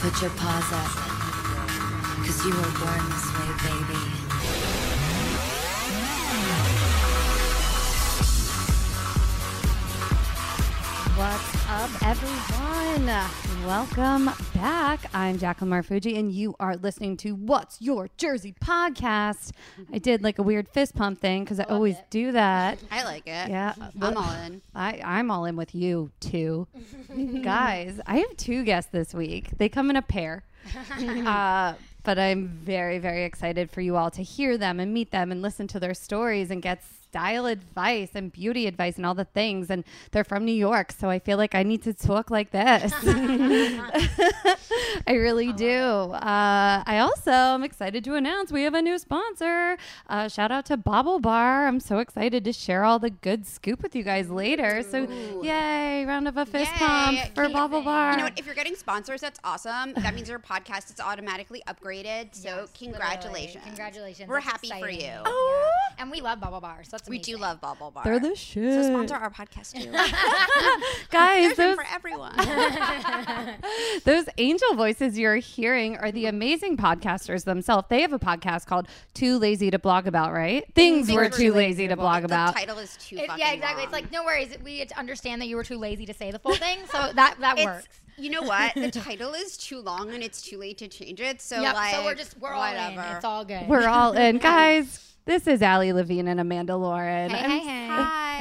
Put your paws up. Cause you were born this way, baby. What's up, everyone? Welcome back. I'm Jacqueline Marfuji, and you are listening to What's Your Jersey podcast. I did like a weird fist pump thing because I always do that. I like it. Yeah. I'm all in. I, I'm all in with you, too. Guys, I have two guests this week. They come in a pair. Mm-hmm. uh, but I'm very, very excited for you all to hear them and meet them and listen to their stories and get style advice and beauty advice and all the things. And they're from New York, so I feel like I need to talk like this. I really do. Uh, I also am excited to announce we have a new sponsor. Uh, shout out to Bobble Bar. I'm so excited to share all the good scoop with you guys later. So, yay! Round of a fist Yay. pump for Keep Bobble Bar. You know what? If you're getting sponsors, that's awesome. That means your podcast is automatically upgraded. So Yes, congratulations. literally. Congratulations. We're That's happy for exciting. you. Yeah. Oh. And we love Bubble Bar, so that's we amazing. do love Bubble Bar. They're the shit. So sponsor our podcast too. Guys, There's room those, for everyone. those angel voices you're hearing are the amazing podcasters themselves. They have a podcast called Too Lazy to Blog About, right? Things, Things we're, too lazy to blog the about. title is too. It- fucking yeah, exactly. It's long. like no worries. We understand that you were too lazy to say the full thing, so that that It's- works. You know what? The title is too long and it's too late to change it. So Yep. like, so we're just we're all in. whatever. It's all good. We're all in. Guys, this is Allie Levine and Amanda Lauren. Hey, I'm- hey,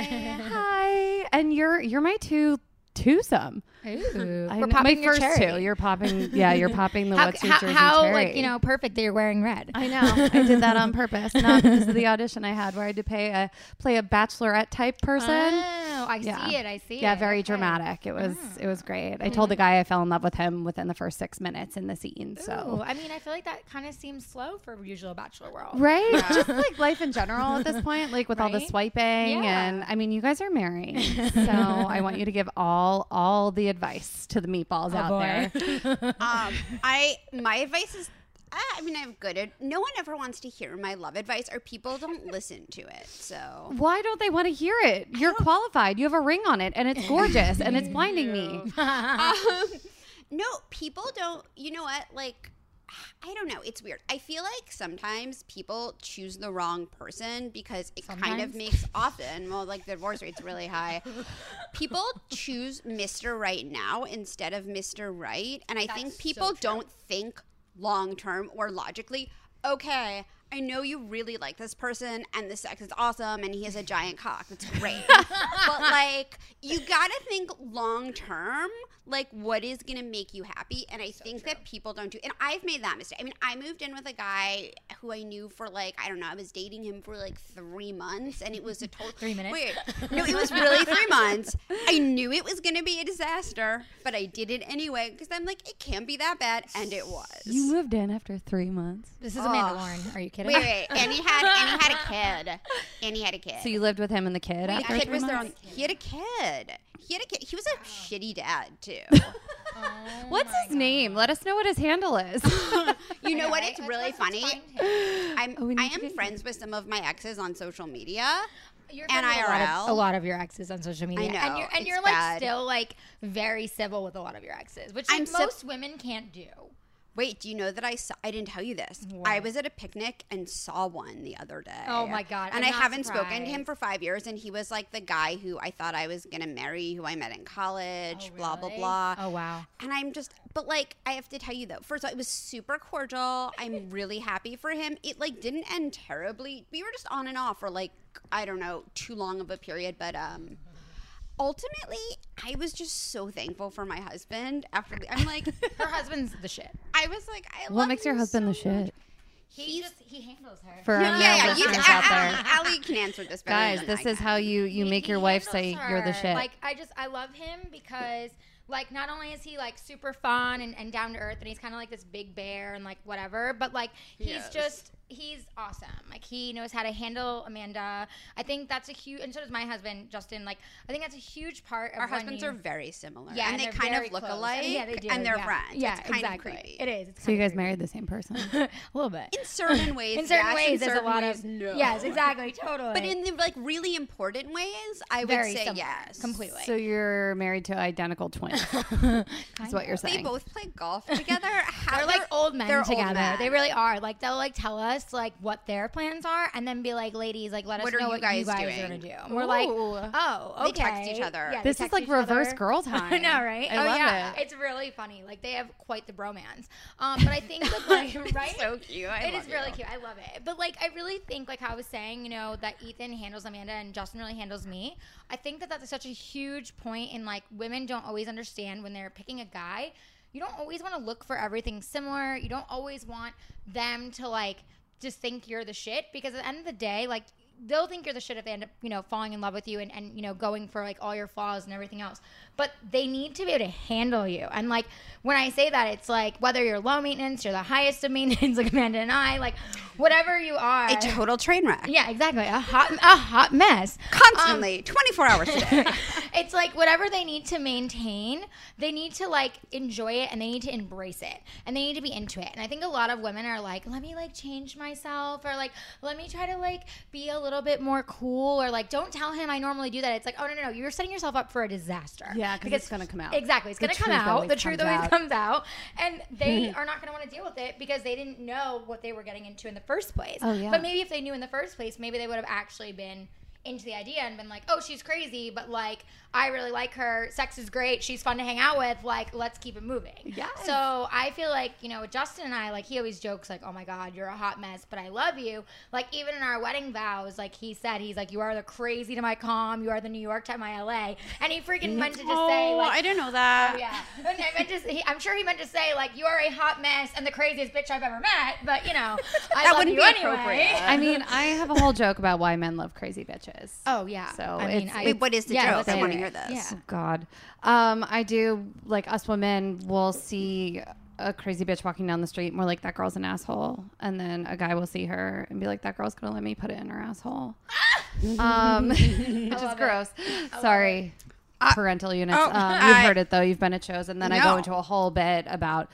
hey. Hi. Hi. And you're you're my two twosome. Ooh. I We're know- popping my your first cherry. two. You're popping yeah, you're popping the how, what's your how, jersey how cherry. like you know perfect that you're wearing red. I know. I did that on purpose. Not this is the audition I had where I had to pay a play a bachelorette type person. Oh, I Yeah. see it. I see it. yeah, very Okay. dramatic. It was it was great. I told the guy I fell in love with him within the first six minutes in the scene. Ooh, So I mean, I feel like that kind of seems slow for usual Bachelor world. right, just like life in general at this point, like with all the Right? swiping Yeah. and I mean, you guys are married, so I want you to give all all the advice to the meatballs out there. um, I my advice is. eh, I mean, I have good. ad- No one ever wants to hear my love advice, or people don't listen to it. So Why don't they want to hear it? You're qualified. You have a ring on it, and it's gorgeous, and it's blinding me. um, no, people don't. You know what? Like, I don't know. It's weird. I feel like sometimes people choose the wrong person because it kind of Sometimes. makes often. Well, like the divorce rate's really high. People choose Mr. Right now instead of Mr. Right, and I think people don't think long term or logically. Okay. I know you really like this person and the sex is awesome and he has a giant cock. That's great. but like you gotta think long term like what is gonna make you happy and i think that people don't do and i've made that mistake i mean i moved in with a guy who i knew for like i don't know i was dating him for like three months and it was a total Three minutes? Wait, no it was really three months i knew it was gonna be a disaster but i did it anyway because i'm like it can't be that bad and it was You moved in after three months, This is Amanda Oh. Lauren. Are you kidding? wait wait and he had and he had a kid and he had a kid so you lived with him and the kid. the after kid three was months? their own. He had a kid. He had a kid. He was a shitty dad too. Oh What's my his name? Let us know what his handle is. You know what? God. Right? It's Let's- really let's funny. find him. I'm Oh, we need I to am get you- friends with some of my exes on social media. You're friends with A lot, NIRL. of, a lot of your exes on social media, know, and you're it's and you're like bad. still like very civil with a lot of your exes, which like, I'm civ- most women can't do. Wait, do you know that I saw? I didn't tell you this. I What? was at a picnic and saw one the other day. Oh my God, And I'm I not haven't spoken to him surprised. for five years, and he was like the guy who I thought I was gonna marry, who I met in college. Blah blah really? blah. Oh wow, And I'm just, but like, I have to tell you though, first of all, it was super cordial. I'm really happy for him. It like didn't end terribly. We were just on and off for like, I don't know, too long of a period. But um, ultimately, I was just so thankful for my husband. After I'm like, her husband's the shit. I was like, I what love makes your you husband so the shit? He just he handles her. For much. our Yeah, yeah, male you listeners can, out there, Allie, Allie can answer this better. guys, than this I is can. how you you He- make he your wife say handles you're the her. shit. Like I just I love him because like not only is he like super fun and, and down to earth and he's kind of like this big bear and like whatever, but like he's Yes. just he's awesome. Like he knows how to handle Amanda. I think that's a huge, and so does my husband Justin. Like I think that's a huge part. of Our when husbands you- are very similar. Yeah, and, and they they're kind very of look close. alike. Yeah, they do, And they're yeah. friends. Yeah, it's kind exactly. of creepy. It is. It's So you kinda guys married the same person. creepy. a little bit. In certain ways, in certain yes, ways, in there's a certain lot ways, of no. yes, exactly, totally. But in the like really important ways, I would Very say similar, yes. completely. So you're married to identical twins. That's what you're They saying. both play golf together. How they're like old men they're old together. men. They really are. Like they'll like tell us like what their plans are, and then be like, "Ladies, like let What us are know you what guys you guys doing? are gonna do." And we're like, Ooh. "Oh, They okay." text each other. Yeah, they this is text like each reverse other. girl time. I know, right? I oh, love yeah. it. It's really funny. Like they have quite the bromance. Um, but I think that, like right, so cute. I it is love really you. cute. I love it. But like, I really think, like how I was saying, you know, that Ethan handles Amanda and Justin really handles me. I think that that's such a huge point, and like women don't always understand when they're picking a guy. You don't always want to look for everything similar. You don't always want them to like just think you're the shit because at the end of the day, like they'll think you're the shit if they end up, you know, falling in love with you and, and you know, going for like all your flaws and everything else. But they need to be able to handle you. And like when I say that, it's like whether you're low maintenance, you're the highest of maintenance, like Amanda and I, like whatever you are. A total train wreck. yeah, Um, exactly. A hot a hot mess. Constantly, 24 hours a day. it's like whatever they need to maintain, they need to like enjoy it and they need to embrace it and they need to be into it. And I think a lot of women are like, let me like change myself or like, let me try to like be a little bit more cool or like, don't tell him I normally do that. It's like, oh, no, no, no, you're setting yourself up for a disaster. Yeah, 'cause it's gonna come out. Exactly. It's The going to come truth out. always The truth comes always out. comes out. And they are not going to want to deal with it because they didn't know what they were getting into in the first place. Oh, yeah. But maybe if they knew in the first place, maybe they would have actually been into the idea and been like, "Oh, she's crazy, but like I really like her. Sex is great. She's fun to hang out with. Like, let's keep it moving." Yeah. Yes. So I feel like you know with Justin and I, like he always jokes like, "Oh my God, you're a hot mess, but I love you." Like even in our wedding vows, like he said, he's like, "You are the crazy to my calm. You are the New York to my LA," and he freaking meant to just say Oh, like. I didn't know that. Yeah, and I meant to. He, I'm sure he meant to say like you are a hot mess and the craziest bitch I've ever met. But you know, I That love wouldn't you be anyway. appropriate. I mean, I have a whole joke about why men love crazy bitches. Oh yeah. So I it's- mean, I, Wait, what is the yeah, joke? let's I hear want to it. hear this. Yeah. Oh God, um, I do. Like us women, will see a crazy bitch walking down the street, and we're like, "That girl's an asshole," and then a guy will see her and be like, "That girl's gonna let me put it in her asshole," um, which is love it. gross. Sorry. Parental units. oh, um, you've I- heard it though. You've been at shows, and then I No. go into a whole bit about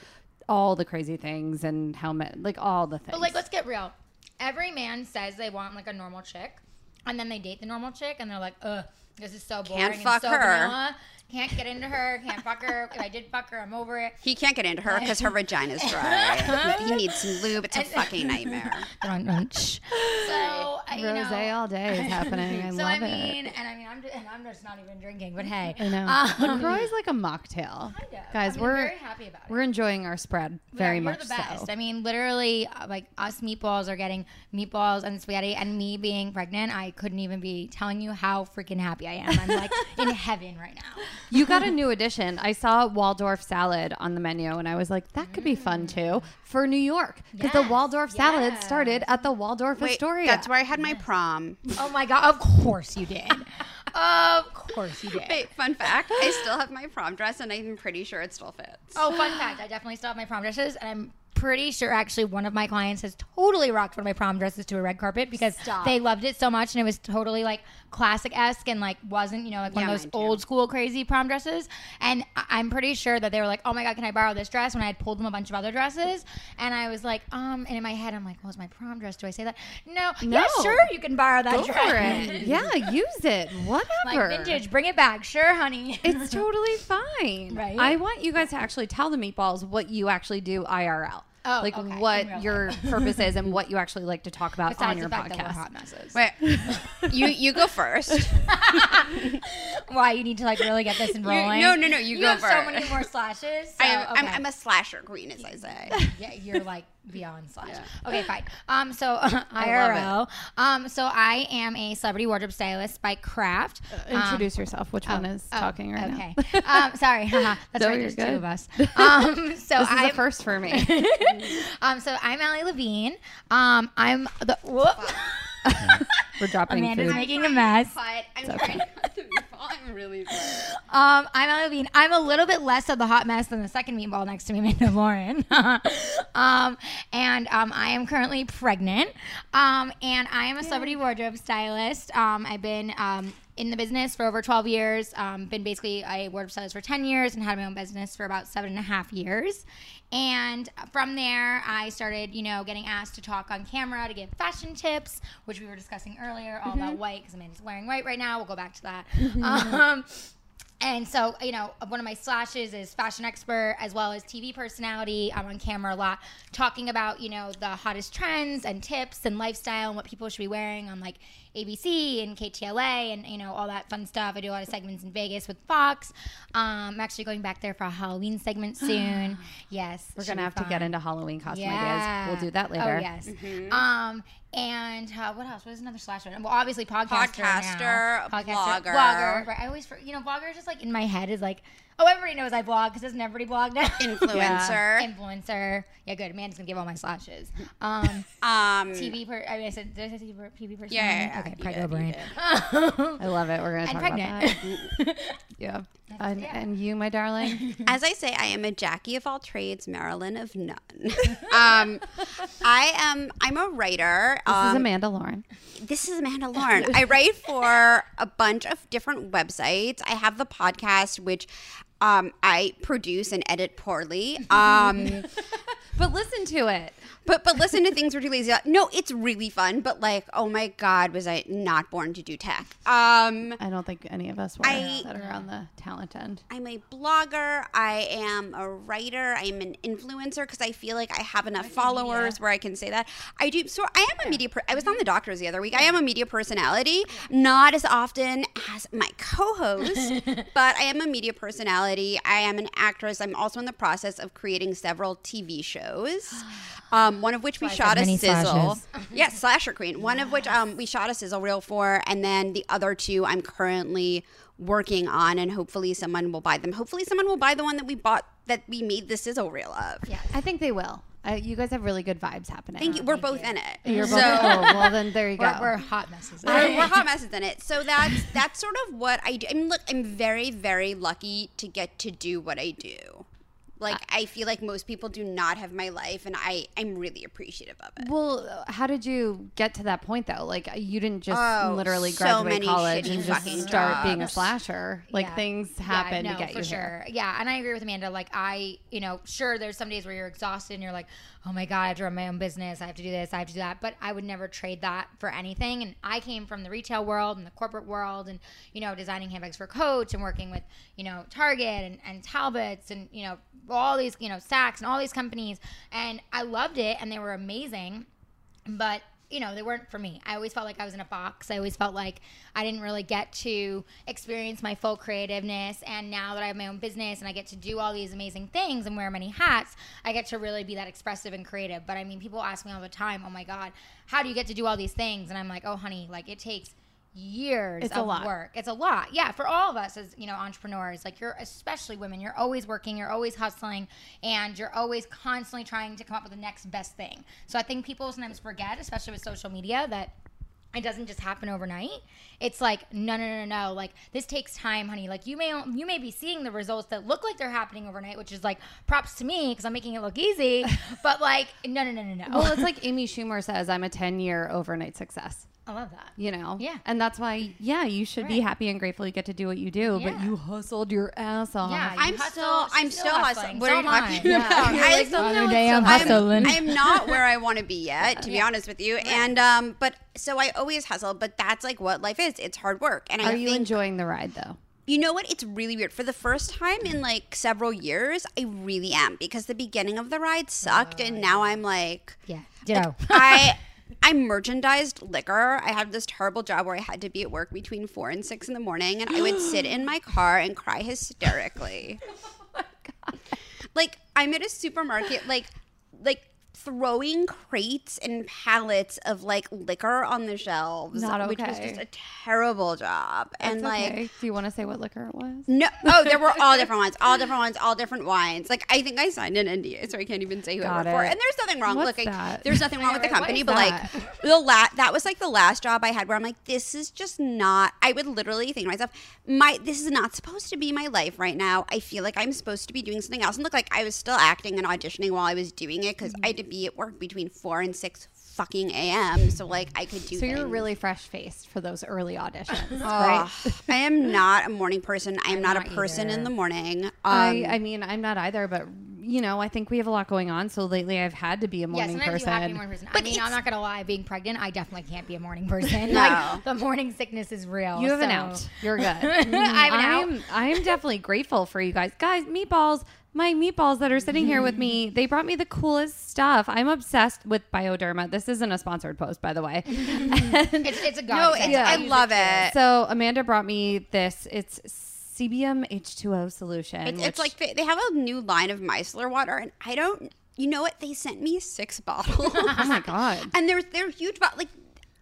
all the crazy things and how men, like all the things. But like, let's get real. Every man says they want like a normal chick, and then they date the normal chick, and they're like, ugh, this is so boring. Can't and fuck so her." vanilla. Can't get into her. Can't fuck her. If I did fuck her, I'm over it. He can't get into her because her vagina's dry. he needs some lube. It's a fucking nightmare. Dun, dun, shh. so uh, you rose know. all day is happening. I so love I mean, it. and I mean, I'm just, and I'm just not even drinking. But hey, I know. Um, LaCroix is like a mocktail. Kind of. Guys, I mean, we're very happy about it. We're enjoying our spread very Yeah, much You're the best. so. I mean, literally, uh, like us meatballs are getting meatballs and spaghetti, and me being pregnant, I couldn't even be telling you how freaking happy I am. I'm like in heaven right now. You got a new addition. I saw Waldorf salad on the menu and I was like, that could be fun too for New York. Because the Mm. Yes, Waldorf salad yes. started at the Waldorf Wait, Astoria. that's where I had my prom. Oh my god! Of course you did. of course you did. Wait, fun fact: I still have my prom dress, and I'm pretty sure it still fits. Oh, fun fact! I definitely still have my prom dresses, and I'm pretty sure actually one of my clients has totally rocked one of my prom dresses to a red carpet because Stop. they loved it so much, and it was totally like classic esque and like wasn't you know like one Yeah, of those mine too. old school crazy prom dresses. And I- I'm pretty sure that they were like, "Oh my god, can I borrow this dress?" When I had pulled them a bunch of other dresses, and I was like, "Um," and in my head I'm like, "Well, it's my prom dress. Do I say that? No, yeah, No. sure, you can borrow that Go dress. for it. Yeah, use it. Whatever. Like vintage, bring it back. Sure, honey. It's totally fine. Right? I want you guys to actually tell the meatballs what you actually do IRL. Oh, like okay. In real what your purpose is and what you actually like to talk about Besides on your the fact that we're podcast. hot messes. Wait, you you go first. why you need to like really get this rolling. no, no, no, you you go have so first. many more slashes. So, I am, I'm, okay. I'm a slasher queen, as I say. yeah, you're like beyond slash. Okay, fine. Um, so IRL. love Um, so I am a celebrity wardrobe stylist by Craft. Um, Introduce yourself. Which one is Uh, talking right oh, okay. now? um, sorry. Haha. That's No, right. you're There's two good. of us. Um, so This is I'm the first for me. um, so I'm Allie Levine. Um, I'm the whoop. We're dropping Amanda's food. making a mess. But I'm trying to cut the meatball. I'm really slow. Um, I'm Ellie Levine. I'm a little bit less of the hot mess than the second meatball next to me, Amanda Lauren. um, and um, I am currently pregnant. Um, and I am a celebrity wardrobe stylist. Um, I've been um, in the business for over 12 years. Um, been basically a wardrobe stylist for 10 years and had my own business for about seven and a half years. And from there, I started, you know, getting asked to talk on camera to give fashion tips, which we were discussing earlier, all about white, because Amanda's wearing white right now. We'll go back to that. um, and so, you know, one of my slashes is fashion expert as well as TV personality. I'm on camera a lot talking about, you know, the hottest trends and tips and lifestyle and what people should be wearing on like ABC and KTLA and, you know, all that fun stuff. I do a lot of segments in Vegas with Fox. Um, I'm actually going back there for a Halloween segment soon. yes. We're should gonna be have to get fun. into Halloween costume ideas. We'll do that later. Oh, yes. Mm-hmm. Um, and uh, what else? What is another slash? one? Well, obviously podcaster, now. Podcaster, blogger. blogger. Right. I always, for- you know, blogger is just like in my head is like, oh, everybody knows I blog because doesn't everybody blog now? Influencer. Influencer. Yeah, good. Amanda's gonna give all my slashes. Um, Um, TV per. I mean, I said, did I say TV per- TV person? Yeah, yeah, yeah. Okay, You did, prego you brain. did. I love it. We're gonna I'm talk about pregnant. that. Yeah. And, yeah. and you, my darling. As I say, I am a Jackie of all trades, Marilyn of none. um, I am. I'm a writer. this is Um, Amanda Lauren. this is Amanda Lauren. I write for a bunch of different websites. I have the podcast, which um, I produce and edit poorly. Um, But listen to it. but but listen to things we're too lazy. about. No, it's really fun. But like, oh my god, was I not born to do tech? Um, I don't think any of us were I- that are on the talent end. I'm a blogger. I am a writer. I'm an influencer because I feel like I have enough followers where I can say that. I do. So I am a media. Per- I was on the doctors the other week. I am a media personality, not as often as my co-host, but I am a media personality. I am an actress. I'm also in the process of creating several TV shows. Um, one of which we shot a many sizzle. slashes. Yeah, slasher queen. One of which um, we shot a sizzle reel for, and then the other two I'm currently working on, and hopefully someone will buy them. Hopefully someone will buy the one that we bought that we made the sizzle reel of. Yeah. I think they will. I, you guys have really good vibes happening. Thank you. We're both in it. You're both. so oh, well, then there you go. We're, we're hot messes. we're, we're hot messes in it. So that's that's sort of what I do. I mean, look, I'm very very lucky to get to do what I do. Like I feel like most people do not have my life, and I I'm really appreciative of it. well, how did you get to that point though? Like uh, you didn't just Oh, literally so graduate many college shitty and just fucking start being a jobs. slasher. Like Yeah. things Yeah, happen no, to get for you sure. here. Yeah, and I agree with Amanda. Like I, you know, sure, there's some days where you're exhausted and you're like, oh my god, I have to run my own business, I have to do this, I have to do that. But I would never trade that for anything. And I came from the retail world and the corporate world, and you know, designing handbags for Coach and working with you know Target and, and Talbots and you know all these you know Saks and all these companies, and I loved it, and they were amazing but you know they weren't for me i always felt like i was in a box i always felt like i didn't really get to experience my full creativeness and now that i have my own business and i get to do all these amazing things and wear many hats i get to really be that expressive and creative but i mean people ask me all the time oh my god how do you get to do all these things and i'm like oh honey like it takes years It's a of lot. work it's a lot yeah for all of us as you know entrepreneurs like you're especially women you're always working you're always hustling and you're always constantly trying to come up with the next best thing so i think people sometimes forget especially with social media that it doesn't just happen overnight. It's like no, no, no, no, no. Like this takes time, honey. Like you may you may be seeing the results that look like they're happening overnight, which is like props to me because I'm making it look easy. But like no, no, no, no, no. Well, it's like Amy Schumer says, "I'm a 10 year overnight success." I love that. You know, Yeah. and that's why, yeah, you should be Right. happy and grateful you get to do what you do, but Yeah. you hustled your ass off. Yeah, you I'm hustle, still, she's I'm still hustling. What So are you am I. talking Yeah. about? You're like, still "Other know it's day still I'm happening." hustling. I'm not where I want to be yet, to be honest with you. And um, but so I always hustle, but that's like what life is. It's hard work. And I Are you think enjoying the ride though? you know what? It's really weird. For the first time in like several years, I really am because the beginning of the ride sucked, and now I'm like, Yeah. Ditto. I I merchandised liquor. I had this terrible job where I had to be at work between four and six in the morning, and I would sit in my car and cry hysterically. Like I'm at a supermarket, like like throwing crates and pallets of like liquor on the shelves, Not which was okay. just a terrible job. and It's like, okay. do you want to say what liquor it was? no, oh, there were all different ones, all different ones, all different wines. Like I think I signed an NDA, so I can't even say who I Got worked for. it. And there's nothing wrong. What's Look, I- that? there's nothing wrong with the Alright, what company, is but like the la- that was like the last job I had where I'm like, this is just not. I would literally think to myself, my this is not supposed to be my life right now. I feel like I'm supposed to be doing something else. And look, like I was still acting and auditioning while I was doing it because I had to be at work between four and six fucking a.m. So like I could do. So you're things. really fresh faced for those early auditions, right? Ugh. Ah, I am not a morning person. I am not, not a person either. in the morning. Um, I, I mean, I'm not either, but you know, I think we have a lot going on. So lately, I've had to be a Yeah, morning sometimes you have to be a morning person. person. But I mean, it's- I'm not gonna lie. Being pregnant, I definitely can't be a morning person. No. Like, the morning sickness is real. You have an so- out. You're good. Mm-hmm. I have an out. I'm, I'm definitely grateful for you guys. Guys, meatballs, my meatballs that are sitting here with me, they brought me the coolest stuff. I'm obsessed with Bioderma. This isn't a sponsored post, by the way. And It's, it's a god. no, oh, it's, I use love too. it. so Amanda brought me this. It's CBM H2O solution. It's, which- it's like they, they have a new line of micellar water, and I don't. You know what? They sent me six bottles, oh my God. and they're they're huge. But like,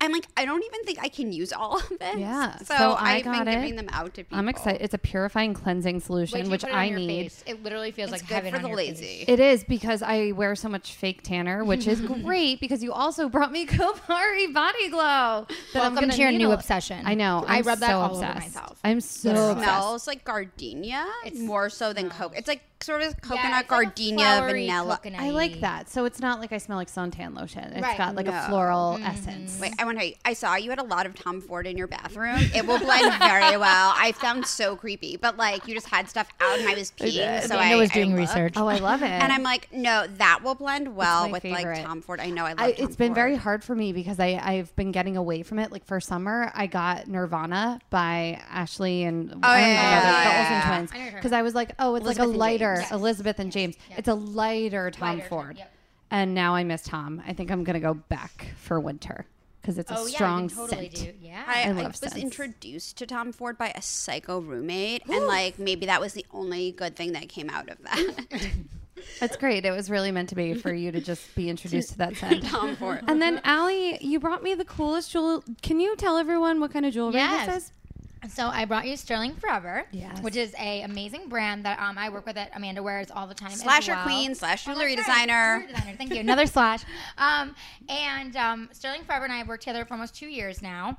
I'm like, I don't even think I can use all of this. Yeah, So, so I I've got been it. giving them out to people. I'm excited. It's a purifying cleansing Wait solution, till you which put it on I your need. face. It literally feels It's like good heaven for on the your lazy. face. It is because I wear so much fake tanner, which is great because you also brought me Kopari Body Glow. That Welcome gonna to your need new a- obsession. I know. I I'm rub that so all over obsessed. myself. I'm so It obsessed. smells like gardenia. It's- more so than coke. It's like sort of Yeah, coconut, it's like a gardenia, flowery vanilla. coconut-y. I like that. So it's not like I smell like suntan lotion. It's Right. got like No. a floral essence. Wait, I want to. I saw you had a lot of Tom Ford in your bathroom. It will blend very well. I found so creepy, but like you just had stuff out, and I was peeing. So I Amanda was doing I looked. research. Oh, I love it. And I'm like, no, that will blend well my with favorite. like Tom Ford. I know I love. I, Tom it's been Ford. very hard for me because I, I've been getting away from it. Like for summer, I got Nirvana by Ashley and I don't yeah, know, yeah, the- the, yeah, yeah. Olsen I know what twins. you're Because I was like, oh, it's Elizabeth like a and lighter James. Elizabeth and James. It's a lighter Tom Lighter Tom, Ford. yep. And now I miss Tom. I think I'm gonna go back for winter because it's a Oh, yeah, you strong can totally scent. do. Yeah. I, I I love was scents. introduced to Tom Ford by a psycho roommate, and like maybe that was the only good thing that came out of that. That's great. It was really meant to be for you to just be introduced to that scent. Tom Ford. And then Allie, you brought me the coolest jewel. Can you tell everyone what kind of jewelry Yes. this is? So I brought you Sterling Forever, Yes. which is a amazing brand that um, I work with that Amanda wears all the time. as Slasher well. queen, slash Oh, that's jewelry right. designer. Jewelry designer. Thank you. Another slash. Um, and um, Sterling Forever and I have worked together for almost two years now.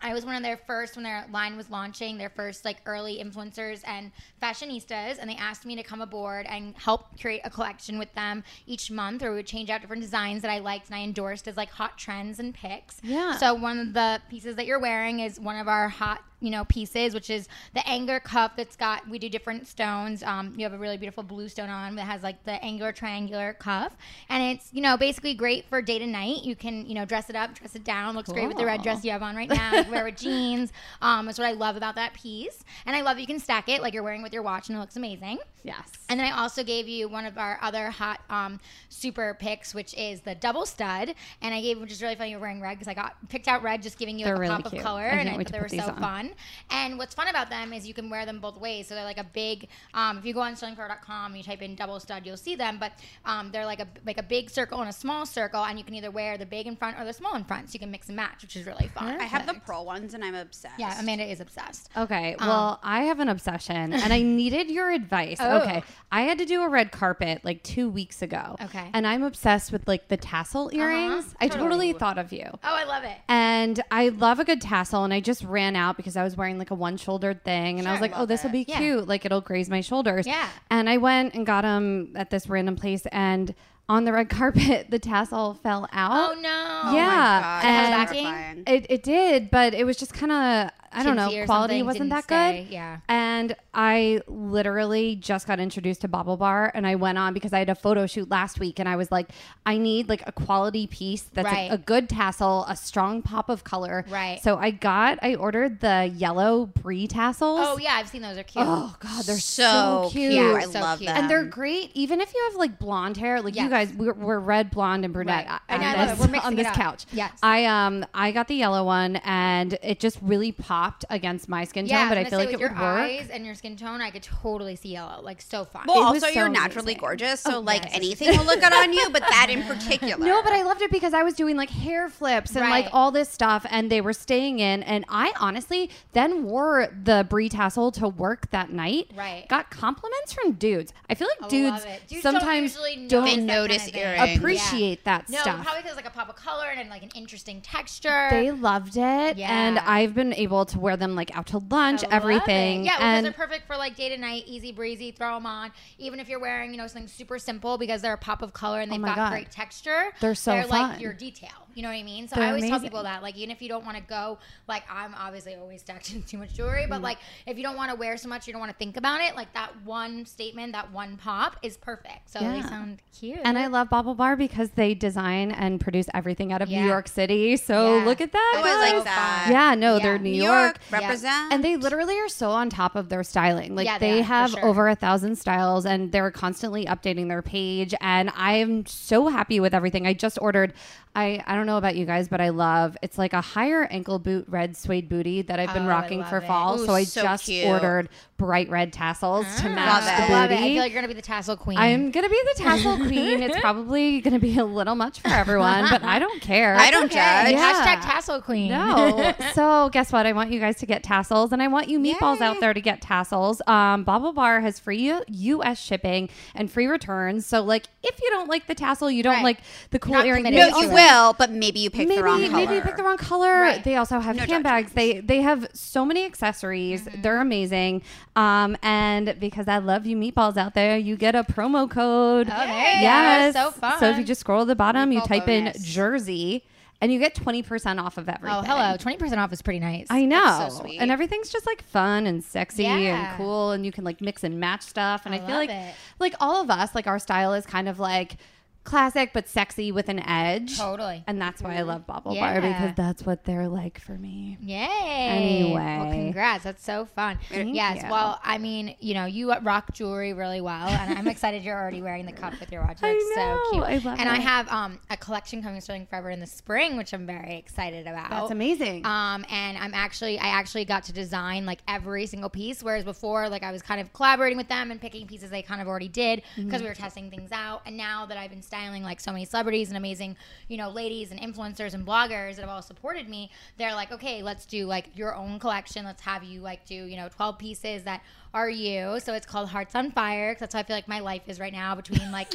I was one of their first when their line was launching, their first like early influencers and fashionistas, and they asked me to come aboard and help create a collection with them each month, where we would change out different designs that I liked and I endorsed as like hot trends and picks. Yeah. So one of the pieces that you're wearing is one of our hot, you know, pieces, which is the anger cup. That's got we do different stones. Um, you have a really beautiful blue stone on that has like the angular triangular cuff, and it's you know basically great for day to night. You can you know dress it up, dress it down. Looks great with the red Cool. dress you have on right now. You can wear with jeans. Um, that's what I love about that piece, and I love you can stack it like you're wearing with your watch, and it looks amazing. Yes. And then I also gave you one of our other hot um, super picks, which is the double stud. And I gave, which is really funny, you're wearing red because I got picked out red, just giving you They're like, a really pop cute. of color. I and can't I wait thought to they put were these so on. fun. And what's fun about them is you can wear them both ways. So they're like a big, um, if you go on sterlingpro.com, you type in double stud, you'll see them. But um, they're like a, like a big circle and a small circle. And you can either wear the big in front or the small in front. So you can mix and match, which is really fun. I have the pearl ones, and I'm obsessed. Yeah, Amanda is obsessed. Okay. Um, Well, I have an obsession and I needed your advice. Oh. Okay. I had to do a red carpet like two weeks ago. Okay. Uh-huh. And I'm obsessed with like the tassel earrings. I totally thought of you. Oh, I love it. And I love a good tassel. And I just ran out because I was wearing like a one shouldered thing. And I was like, oh, this will be Yeah. cute. Like it'll graze my shoulders. Yeah. And I went and got them at this random place. And on the red carpet, the tassel fell out. Oh, no. Yeah. God, that's and- terrifying. It, it did, but it was just kind of I don't Chintzy know or quality something wasn't that didn't good. stay, yeah. and I literally just got introduced to Bobble Bar, and I went on because I had a photo shoot last week, and I was like, I need like a quality piece that's like, Right. a good tassel, a strong pop of color. Right. So I got I ordered the yellow brie tassels. Oh, yeah, I've seen those. They're cute. Oh God, they're so, so cute. cute. I So love cute. them. And they're great, even if you have like blonde hair. Like you Um, Yes. guys, we're, we're red, blonde, and brunette Right. on I know, I love this, it. We're mixing on this it up. couch. Yes. I um I got the yellow one, and it just really opt against my skin tone, yeah, but I, I was feel gonna like it say, with would your work. eyes and your skin tone, I could totally see yellow, like so fine. Well, It was also you're so naturally amazing. gorgeous, so Oh, like yes. anything will look good on you, but that in particular. No, but I loved it because I was doing like hair flips and like Right. all this stuff, and they were staying in. And I honestly then wore the brie tassel to work that night. Right. Got compliments from dudes. I feel like I dudes, love it. Dudes don't sometimes usually notice don't, They that notice kind of thing. earrings. Yeah. appreciate that No, stuff. probably because like a pop of color and like an interesting texture. they loved it, and Yeah. I've been able to wear them like out to lunch, I love everything. it. Yeah, because and they're perfect for like day to night, easy breezy. Throw them on, even if you're wearing you know something super simple because they're a pop of color and Oh they've my got God. great texture. They're so they're fun. like your detail. You know what I mean? So They're I always amazing. tell people that like even if you don't want to go, like I'm obviously always stacked in too much jewelry, Mm-hmm. but like if you don't want to wear so much, you don't want to think about it. Like that one statement, that one pop is perfect. So they Yeah. sound cute. and I love Bobble Bar because they design and produce everything out of Yeah. New York City. So Yeah. look at that. Oh, I guys. like that. Yeah, no, Yeah. they're New, New York. York represent. And they literally are so on top of their styling. Like Yeah, they they, are, for have sure. over a thousand styles and they're constantly updating their page. And I'm so happy with everything. I just ordered, I, I don't know about you guys, but I love it's like a higher ankle boot red suede booty that I've been Oh, I rocking for love it. fall. Ooh, so I so just cute. ordered bright red tassels to match Love the it. booty. Ah, love it. I feel like you're gonna be the tassel queen. I'm gonna be the tassel queen. It's probably gonna be a little much for everyone, but I don't care. I don't judge. Yeah. Hashtag tassel queen. No. so guess what? I want you guys to get tassels, and I want you meatballs Yay. out there to get tassels. Um, Bobble Bar has free U- U.S. shipping and free returns. So like, if you don't like the tassel, you don't Right. like the cool Not earring. committed they to No, you also- it. will, but maybe you picked Maybe the wrong color. maybe you pick the wrong color. Right. They also have No handbags. They they have so many accessories. Mm-hmm. They're amazing. Um, and because I love you meatballs out there, you get a promo code. Oh, there you go. So fun. So if you just scroll to the bottom, you Meatball type bonus. in Jersey, and you get twenty percent off of everything. Oh, hello. Twenty percent off is pretty nice. I know. sweet. And everything's just like fun and sexy Yeah. and cool and you can like mix and match stuff and I, I feel love like it. like all of us like our style is kind of like classic but sexy with an edge. Totally. And that's why I love Bobble Bar Yeah. because that's what they're like for me. Yay. Anyway. Well, congrats. That's so fun. yes. you. Well, I mean, you know, you rock jewelry really well. And I'm excited you're already wearing the cup with your watch. It I looks know. so cute. I love and I it. have um, a collection coming Sterling Forever in the spring, which I'm very excited about. That's amazing. Um, and I'm actually, I actually got to design like every single piece, whereas before, like I was kind of collaborating with them and picking pieces they kind of already did because Mm-hmm. we were testing things out. And now that I've been styling like so many celebrities and amazing, you know, ladies and influencers and bloggers that have all supported me, they're like, okay, let's do like your own collection. Let's have you like do, you know, 12 pieces that are you. So it's called Hearts on Fire 'cause that's how I feel like my life is right now between like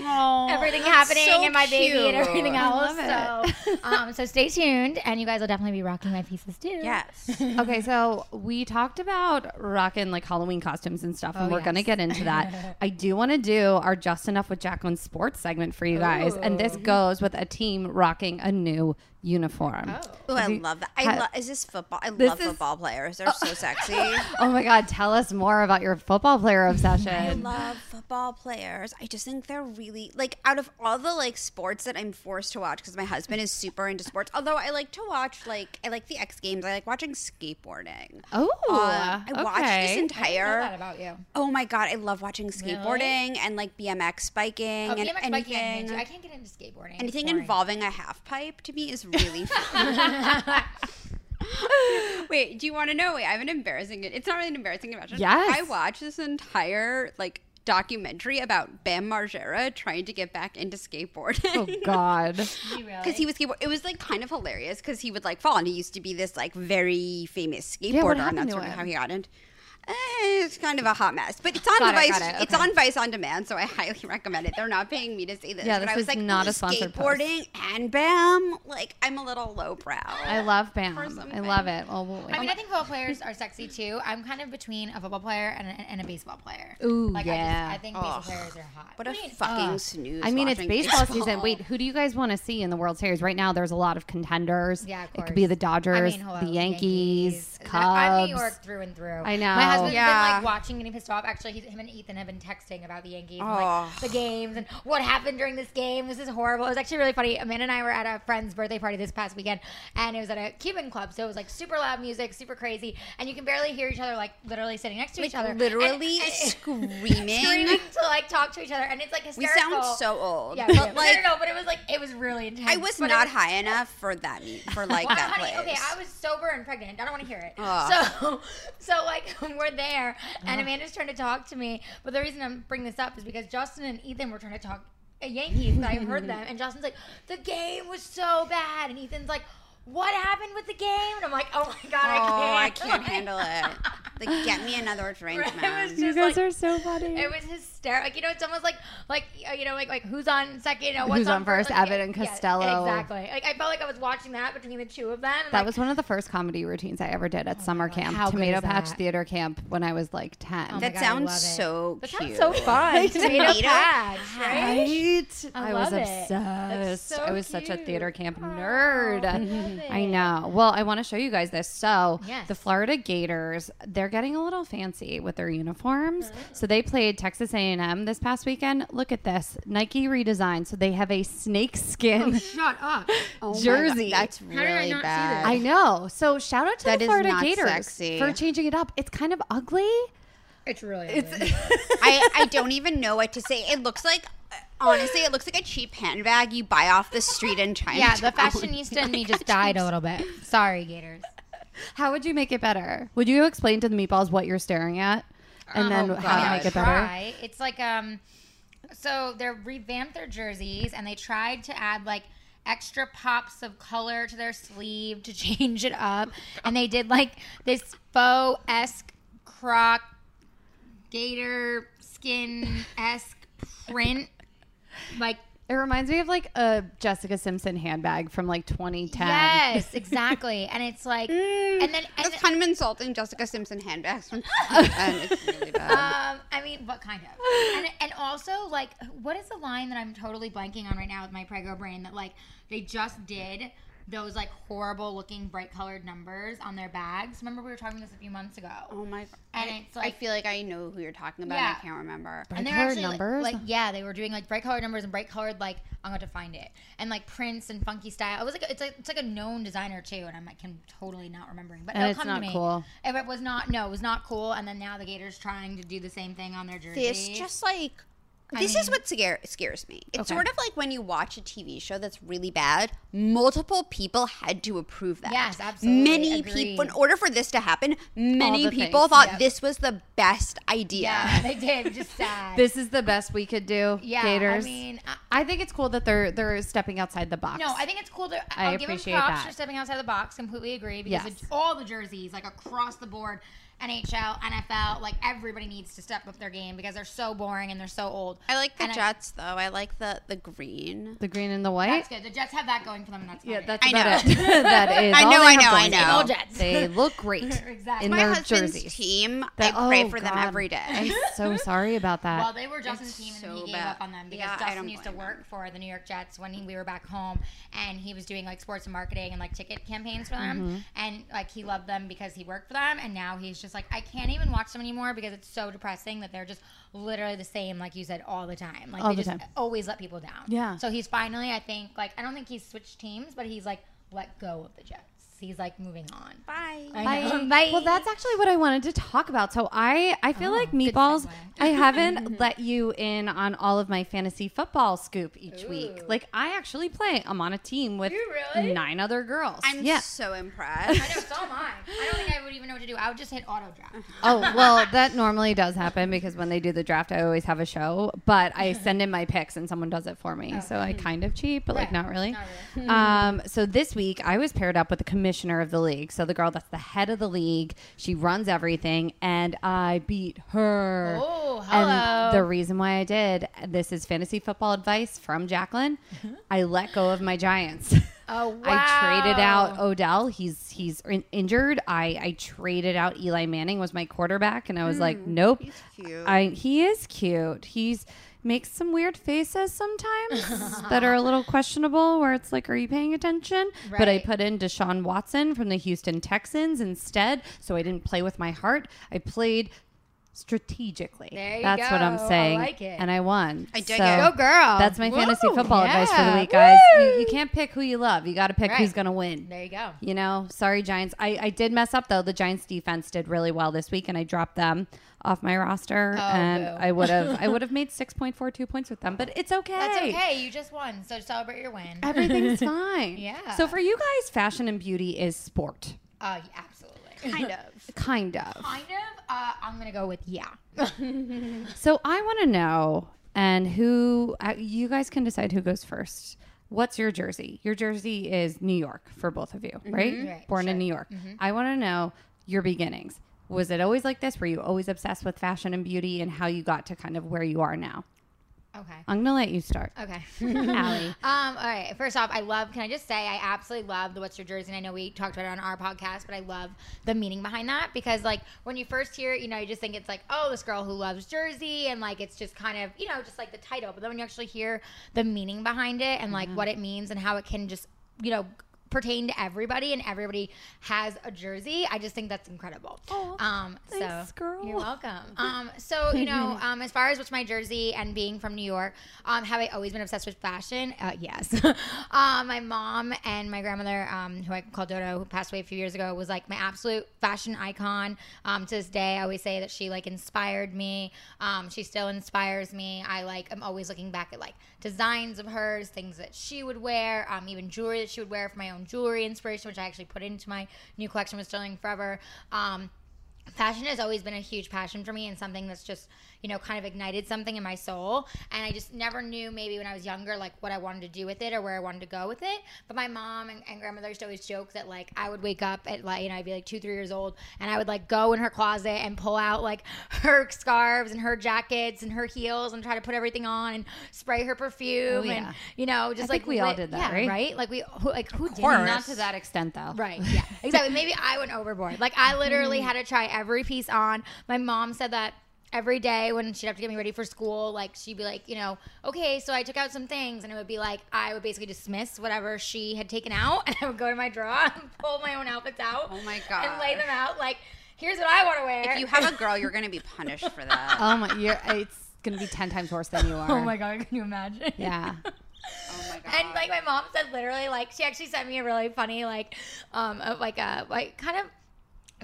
everything happening so and my baby and cute. everything I else. love it. So, um, so stay tuned, and you guys will definitely be rocking my pieces too. Yes. okay, so we talked about rocking like Halloween costumes and stuff, and Oh, we're gonna yes. get into that. I do want to do our just enough with Jacqueline sports segment for you guys, and this goes with a team rocking a new uniform. Oh. Ooh, I love that. I Have- lo- is this football? I This love is- football players. They're so sexy. I Oh my God, tell us more about your football player obsession. love football players. I just think they're really like out of all the like sports that I'm forced to watch because my husband is super into sports. Although I like to watch like I like the X Games. I like watching skateboarding. Oh, Um, uh, I watched this okay. entire. that about you. Oh my god, I love watching skateboarding and like BMX biking Oh, and BMX biking, I can't anything. do. I can't get into skateboarding. It's anything boring. involving a half pipe to me is really fun. Wait, do you want to know? Wait, I have an embarrassing. It's not really an embarrassing question. Yes. I watched this entire like documentary about Bam Margera trying to get back into skateboarding. Oh God. Because he was skateboard, it was like kind of hilarious because he would like fall, and he used to be this like very famous skateboarder, what and happened that's to sort of him? how he got in. Eh, it's kind of a hot mess, but it's on Got it, Vice. got it, It's okay. on Vice on demand, so I highly recommend it. They're not paying me to say this, Yeah, but this I was is like, not "Ooh, a sponsored post." skateboarding and bam, like I'm a little lowbrow. I love Bam. something. I love it. Oh, we'll- I mean, I think football players are sexy too. I'm kind of between a football player and a, and a baseball player. Ooh, like, yeah. I, just, I think baseball Ugh. players are hot. What a do you mean, fucking ugh? snooze! uh, I mean, it's watching baseball, season. Wait, who do you guys want to see in the World Series? Right now, there's a lot of contenders. Yeah, of it could be course. the I Dodgers, mean, hello, uh, the Yankees, Cubs. I'm New York through and through. I know. My husband's been Yeah. like watching, getting pissed off. Actually, he's, him and Ethan have been texting about the Yankees, and, Oh. like the games, and what happened during this game. This is horrible. It was actually really funny. Amanda and I were at a friend's birthday party this past weekend, and it was at a Cuban club, so it was like super loud music, super crazy, and you can barely hear each other, like literally sitting next to each other, And- literally and- screaming. screaming to like talk to each other, and it's like We hysterical. sound so old. Yeah, but like no, no, no, but it was like it was really intense. I was but it not high enough for that me- for like Wow, that honey, place. okay, I was sober and pregnant. I don't want to hear it. Ugh. So, so like we're there, and Amanda's trying to talk to me. But the reason I'm bringing this up is because Justin and Ethan were trying to talk at Yankees, and I heard them. And Justin's like, "The game was so bad," and Ethan's like, "What happened with the game?" And I'm like, "Oh my god, oh, I I can't, can't handle it. Like, get me another drink, It was man. just- You guys like- are so funny. It was hysterical. Like, you know, it's almost like, like uh, you know, like like who's on second, you know, what's Who's on first, Like, Abbott and Costello. exactly. Like I felt like I was watching that between the two of them. and, That like, was one of the first comedy routines I ever did at summer God, camp, how good Tomato is Patch that? Oh Theater Camp, when I was like 10. my that God, I sounds love it. so That cute. sounds so fun. Tomato Tomato patch, right? Right? I I, was love it. obsessed. That's so I was such a theater cute. camp Oh, nerd. I love I it. know. Well, I want to show you guys this. So, Yes. the Florida Gators, they're getting a little fancy with their uniforms. Uh-huh. So, they played Texas A&M this past weekend. Look at this. Nike redesigned. So, they have a snake skin Shut up. Oh my God, jersey. That's did I really not see bad. I know. So, shout out to That the is Florida not Gators sexy. for changing it up. It's kind of ugly. It's really. It's, I, I don't even know what to say. It looks like, honestly, it looks like a cheap handbag you buy off the street in China. yeah, the fashionista in me just died a little bit. Sorry, Gators. How would you make it better? Would you explain to the meatballs what you're staring at? And Oh, then how to God. make it better? try. It's like um, so they're revamped their jerseys and they tried to add like extra pops of color to their sleeve to change it up, and they did like this faux esque croc gator skin esque print, like. It reminds me of like a Jessica Simpson handbag from like 2010. Yes, exactly, and it's like, and then and Mm, That's kind of insulting Jessica Simpson handbags from and it's really bad. Um, I mean, what kind of? And, and also, like, what is the line that I'm totally blanking on right now with my prego brain that, like, they just did those, like, horrible looking bright colored numbers on their bags? Remember, we were talking this a few months ago. Oh my god. And it's I like- feel like I know who you're talking about. Yeah. I can't remember. and they're Bright-colored actually like- numbers? Like, yeah, they were doing like bright colored numbers and bright colored like I'm going to find it and like prints and funky style. It was like it's like it's like a known designer too, and I'm like can totally not remembering, but And it'll it's come not to me. cool. If it was not no, it was not cool. And then now the Gators trying to do the same thing on their jersey. This just like this is what scare, scares me. It's Okay. sort of like when you watch a TV show that's really bad. Multiple people had to approve that. Yes, absolutely. Many Agreed. people. In order for this to happen, many the people things, thought yep. this was the best idea. yeah, they did. Just sad. This is the best we could do, Yeah, Gators. I mean, I, I think it's cool that they're they're stepping outside the box. no, I think it's cool. To, I I'll give them appreciate props that. for stepping outside the box. Completely agree because Yes. it's all the jerseys, like across the board, NHL, NFL, like everybody needs to step up their game because they're so boring and they're so old. I like the And I- Jets though. I like the the green. the green and the white. That's good. The Jets have that going for them, and that's Yeah, about it. that's I about know. it. that is. I all know, they I have know, I going. know. All Jets. They look great exactly. Exactly. in My their husband's jerseys. team. That- I pray oh, for them God. every I'm day. so sorry about that. Well, they were Justin's team, and so he gave bad. up on them because Yeah, I Justin don't used to blame work him. for the New York Jets when he, we were back home, and he was doing like sports and marketing and like ticket campaigns for them, Mm-hmm. and like he loved them because he worked for them, and now he's just like, I can't even watch them anymore because it's so depressing that they're just literally the same, like you said, all the time. Like All they the just time. always let people down. Yeah. So he's finally, I think, like I don't think he's switched teams, but he's like let go of the Jets. He's like moving on. Bye. I know. Well, that's actually what I wanted to talk about. So I, I feel like meatballs. segue. I haven't let you in on all of my fantasy football scoop each week. Like I actually play. I'm on a team with You really? nine other girls. I'm yeah. so I impressed. know, so am I. I don't think I would even know what to do. I would just hit auto draft. oh well, that normally does happen because when they do the draft, I always have a show. But I send in my picks and someone does it for me, so I kind of cheat, but like Right. not really. Oh. Hmm. Not um, so this week I was paired up with the commissioner of the league, so the girl that's the head of the league. She runs everything, and I beat her. Oh, hello. And the reason why I did this is fantasy football advice from Jacqueline. I let go of my Giants. Uh-huh. Oh, I traded out wow. Odell. He's he's in- injured. I I traded out Eli Manning was my quarterback, and I was like, Hmm. nope. He's cute. I he is cute. He's makes some weird faces sometimes that are a little questionable where it's like are you paying attention but i Right. put in deshaun watson from the houston texans instead so i didn't play with my heart i played strategically There you that's what i'm go. I saying like it. and i won I dig So it. Go Oh, girl. that's my fantasy Woo. football advice for the Yeah. week guys Woo. you, you can't pick who you love you got to pick Right. who's gonna win There you go. you know, sorry, Giants. I, I did mess up though. The Giants defense did really well this week, and I dropped them off my roster, Oh, and boo. I would have I would have made six point four two points with them, but it's okay. That's okay. You just won, so celebrate your win. Oh, Everything's fine. Yeah. So for you guys, fashion and beauty is sport, Uh, yeah, absolutely. kind of. kind of. Kind of. Uh, I'm gonna go with yeah. So I want to know, and who uh, you guys can decide who goes first. What's your jersey? Your jersey is New York for both of you, right? Right, Born in New York. I want to know your beginnings. Was it always like this? Were you always obsessed with fashion and beauty and how you got to kind of where you are now? Okay. I'm going to let you start. Uh, Okay. Allie. Um, all right. First off, I love. Can I just say I absolutely love the What's Your Jersey? And I know we talked about it on our podcast, but I love the meaning behind that because, like, when you first hear it, you know, you just think it's like, oh, this girl who loves Jersey, and like, it's just kind of, you know, just like the title. But then when you actually hear the meaning behind it and Mm-hmm. like what it means and how it can just, you know, pertain to everybody and everybody has a jersey. I just think that's incredible. Aw, um, thanks, so girl. you're welcome. Um, so you know, um, as far as what's my jersey and being from New York, um, have I always been obsessed with fashion? Uh, yes. um, my mom and my grandmother, um, who I call Dodo, who passed away a few years ago, was like my absolute fashion icon. Um, to this day, I always say that she like inspired me. Um, she still inspires me. I like am always looking back at like designs of hers, things that she would wear, um, even jewelry that she would wear for my own jewelry inspiration, which I actually put into my new collection with Sterling Forever. Um, fashion has always been a huge passion for me and something that's just you know kind of ignited something in my soul and i just never knew maybe when i was younger like what i wanted to do with it or where i wanted to go with it but my mom and, and grandmother used to always joke that like i would wake up at like you know i'd be like two three years old and i would like go in her closet and pull out like her scarves and her jackets and her heels and try to put everything on and spray her perfume Oh, yeah. and you know just I like think we all lit- did that, yeah, right? like we who, like who did Not to that extent, though. Right. Yeah. Exactly. Maybe I went overboard. Like I literally had to try every piece on. My mom said that every day when she'd have to get me ready for school, like she'd be like, you know, okay, so I took out some things, and it would be like I would basically dismiss whatever she had taken out, and I would go to my drawer and pull my own outfits out. Oh my And lay them gosh. out like. Here's what I want to wear. If you have a girl, you're going to be punished for that. Oh, my. You're, it's going to be 10 times worse than you are. oh my god, can you imagine? Yeah. Oh my god. And like my mom said, literally, like she actually sent me a really funny, like, um, uh, like a like kind of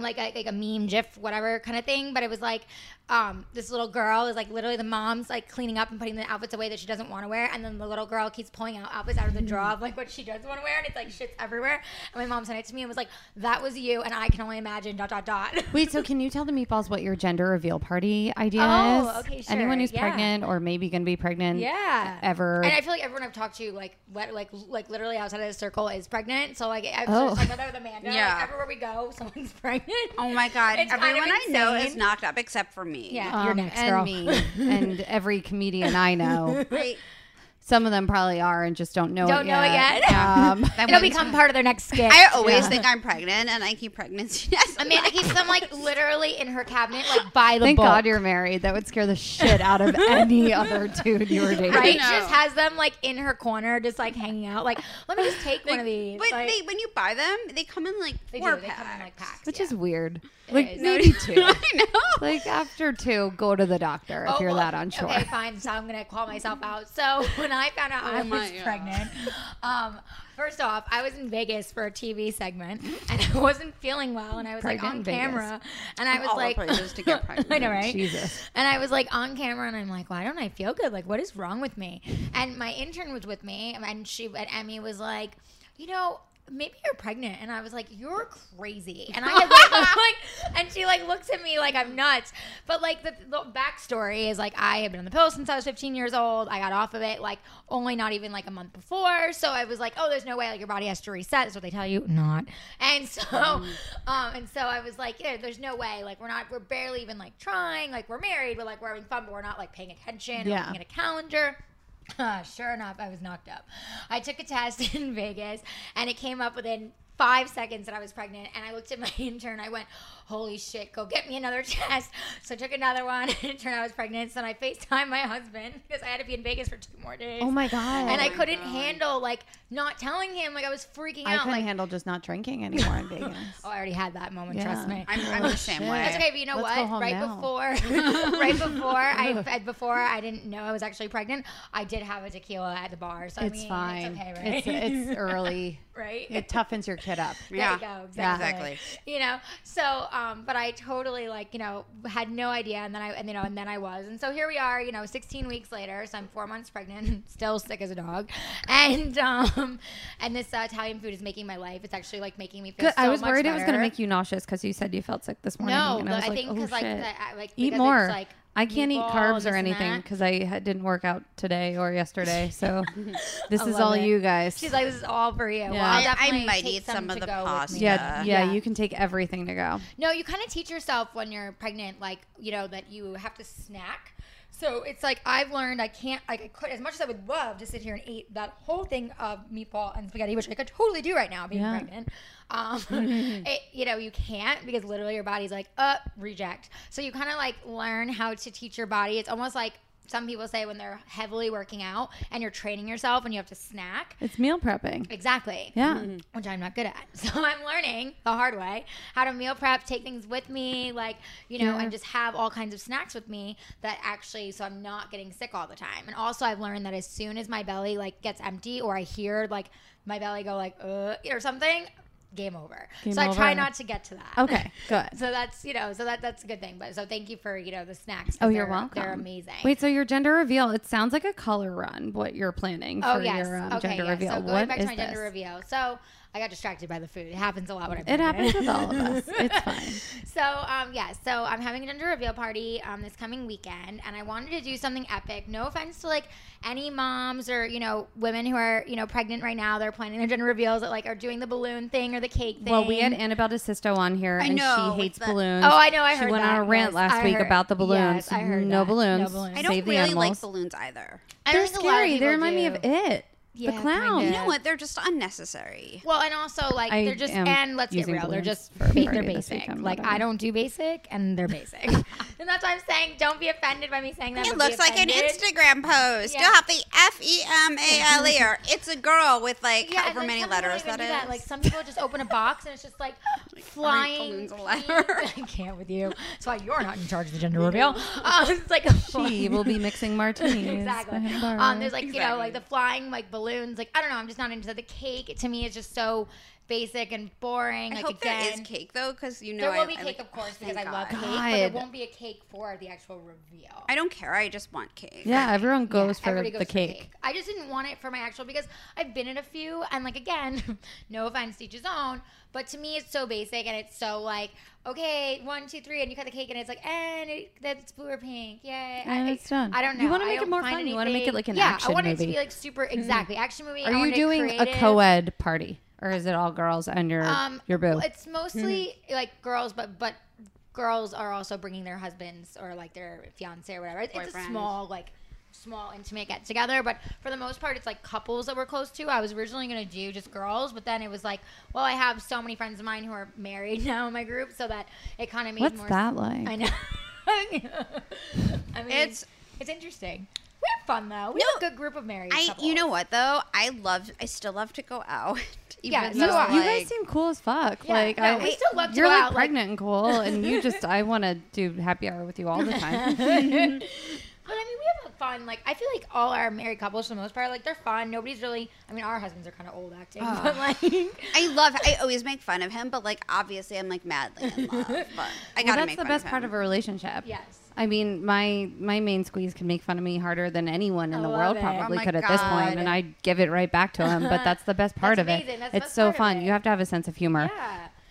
like a, like a meme gif whatever kind of thing but it was like um, this little girl is like literally the mom's like cleaning up and putting the outfits away that she doesn't want to wear and then the little girl keeps pulling out outfits out of the drawer of like what she does want to wear and it's like shit's everywhere and my mom sent it to me and was like that was you and i can only imagine dot dot dot Wait, so can you tell the meatballs what your gender reveal party idea Oh, is? okay, Anyone sure, who's yeah. pregnant or maybe going to be pregnant yeah ever. And I feel like everyone I've talked to, like, le- like, like literally outside of the circle, is pregnant. So like, I'm Oh. just talking about that with Amanda. Yeah. Like, everywhere we go, someone's pregnant. oh my god. It's kind of Everyone I know is insane. knocked up except for me. Yeah, you're next, um, and girl. me and every comedian I know. Right. Some of them probably are and just don't know Don't it know it yet. yet. Um, It'll become part of their next skit. I always think I'm pregnant and I keep pregnancy tests. Amanda keeps them like literally in her cabinet, like by the thank bulk. God you're married. That would scare the shit out of any other dude you were dating. Right, she I know. just has them like in her corner, just like hanging out. Like, let me just take one of these. But like, they, when you buy them, they come in like they do. four They come in like packs. packs, Which yeah. is weird. Like is. maybe two. I know. like after two, go to the doctor if Oh, you're well, that unsure. Okay, fine. So I'm gonna call myself out. So when I found out I Oh my was God. pregnant, um, first off, I was in Vegas for a TV segment, and I wasn't feeling well, and I was Pregnant in like on Vegas. camera, and I was all the like, places to get I pregnant. know, right? Jesus. And I was like on camera, and I'm like, why don't I feel good? Like, what is wrong with me? And my intern was with me, and she and Emmy was like, you know. Maybe you're pregnant, and I was like, "You're crazy," and I had like, like, and she like looks at me like I'm nuts. But like the, the backstory is like I have been on the pill since I was 15 years old. I got off of it like only not even like a month before, so I was like, "Oh, there's no way like your body has to reset." Is what they tell you, not. And so, um, and so I was like, "Yeah, there's no way. Like we're not, we're barely even like trying. Like we're married, but like we're having fun, but we're not like paying attention, Yeah. yeah. looking at a calendar." sure enough, I was knocked up. I took a test in Vegas and it came up within five seconds that I was pregnant. And I looked at my intern. I went, holy shit, go get me another test. So I took another one and it turned out I was pregnant. So then I FaceTimed my husband because I had to be in Vegas for two more days. Oh my god. and I my couldn't God. handle like not telling him. Like I was freaking I out. couldn't Like, handle just not drinking anymore in Vegas. oh, I already had that moment. Trust Yeah. me. I'm, I'm the same shit. way. Oh, That's okay, but you know Let's go home what? Right now. before, right before I fed, before I didn't know I was actually pregnant. I did have a tequila at the bar, so I it's mean, fine. It's okay, It's right? it's early. right. It toughens your kid up. there you go. Exactly. exactly. You know. So, um, but I totally like you know had no idea, and then I and you know and then I was, and so here we are. You know, 16 weeks later, so I'm four months pregnant, still sick as a dog, and um, and this uh, Italian food is making my life. It's actually like making me feel. Good. So I was much worried it was going to better. make you nauseous because you said you felt sick this morning. No, and I, but was I like, think oh, because like, shit. the- I- like eat because more. It's, like, I can't eat meatball, carbs this and or anything that. because I ha- didn't work out today or yesterday. So this I is love all it. you guys. She's like, this is all for you. Well, Yeah. I'll I- I definitely might take eat some of to the go with pasta. me. yeah, yeah, Yeah. you can take everything to go. No, you kind of teach yourself when you're pregnant, like you know that you have to snack. So it's like I've learned I can't like I could as much as I would love to sit here and eat that whole thing of meatball and spaghetti, which I could totally do right now being Yeah. pregnant. Um, it, you know you can't because literally your body's like uh reject. So you kind of like learn how to teach your body. It's almost like some people say when they're heavily working out and you're training yourself and you have to snack. It's meal prepping. Exactly Yeah. which I'm not good at. So I'm learning the hard way how to meal prep, take things with me, like, you know, Yeah. and just have all kinds of snacks with me that actually so I'm not getting sick all the time. And also I've learned that as soon as my belly like gets empty or I hear like my belly go like uh or something, game over. Game so I try over. not to get to that. Okay, good. so that's, you know, so that that's a good thing. But so thank you for, you know, the snacks. 'cause Oh, you're they're- welcome. They're amazing. Wait, so your gender reveal? It sounds like a color run. What you're planning Oh for yes. your um, okay. gender yeah. reveal? So going What back is to my this? gender reveal. So I got distracted by the food. It happens a lot when I'm It pregnant. happens with all of us. It's fine. So um yeah, so I'm having a gender reveal party um this coming weekend and I wanted to do something epic. No offense to like any moms or, you know, women who are, you know, pregnant right now, they're planning their gender reveals that like are doing the balloon thing or the cake thing. Well, we had Annabelle DeSisto on here, I and know, she hates it's that- balloons. Oh, I know, I she heard went that. on a rant Yes, last I week heard- about the balloons. yes, I heard no that. No balloons. balloons. I I don't Save the really animals. like balloons either. I don't They're think a lot of scary. They people remind me of do. it. Yeah, the clown. kind You Yeah. know what? They're just unnecessary. Well, and also like I they're just am and let's get using real, they're balloons just for a ba- party they're this basic. weekend, Like whatever. I don't do basic, and they're basic. and that's what I'm saying. Don't be offended by me saying that. It but be looks like an offended. Instagram post. Yeah. Stop the F E M A L E or it's a girl with like Yeah, and, however like, many some people letters don't even that do is. Like some people just open a box and it's just like flying. balloons a letter? pieces- I can't with you. That's why you're not in charge of the gender reveal. Um, it's like a She flying- will be mixing martinis. exactly. behind the bar. Um, there's like you know like the flying like balloons. Like I don't know. I'm just not into the cake. It, to me, it's just so basic and boring. I like hope again, there is cake though, because you know There will I, be I cake, like- of course, thank because I love God. cake. But there God. won't be a cake for the actual reveal. I don't care. I just want cake. yeah, everyone goes for Everybody the goes cake. I just didn't want it for my actual because I've been in a few and like again, no offense to each his own, but to me it's so basic and it's so like okay one two three and you cut the cake and it's like and it, that's blue or pink yay And I, it's done. I don't know You wanna I make it don't more find fun. You wanna make it anything- like an yeah action I want it movie. Mm-hmm. to be like super exactly action movie. Are I want you it doing creative. a co-ed party, or is it all girls and your Um, your boo? well, It's mostly mm-hmm. like girls, but but girls are also bringing their husbands or like their fiance or whatever. It's, it's a Boyfriend. small like small intimate get together but for the most part it's like couples that we're close to i was originally going to do just girls but then it was like well i have so many friends of mine who are married now in my group so that it kind of made What's more that like? i know i mean It's- it's it's interesting we have fun though we have a good group of married I couples. you know what though? I love I still love to go out. even Yeah, so You, do though, I. you guys like- seem cool as fuck. Yeah, like no, I, we still love to you're go like out, like- pregnant and cool, and you just I want to do happy hour with you all the time. But I mean, we have a fun. Like, I feel like all our married couples, for the most part, like they're fun. Nobody's really. I mean, our husbands are kind of old acting, but like, I love. I always make fun of him, but like obviously I'm like madly in love. But I gotta well, that's make the fun of best him. part of a relationship. Yes. I mean, my my main squeeze can make fun of me harder than anyone in I the love world it. probably Oh my could at this point, God. and I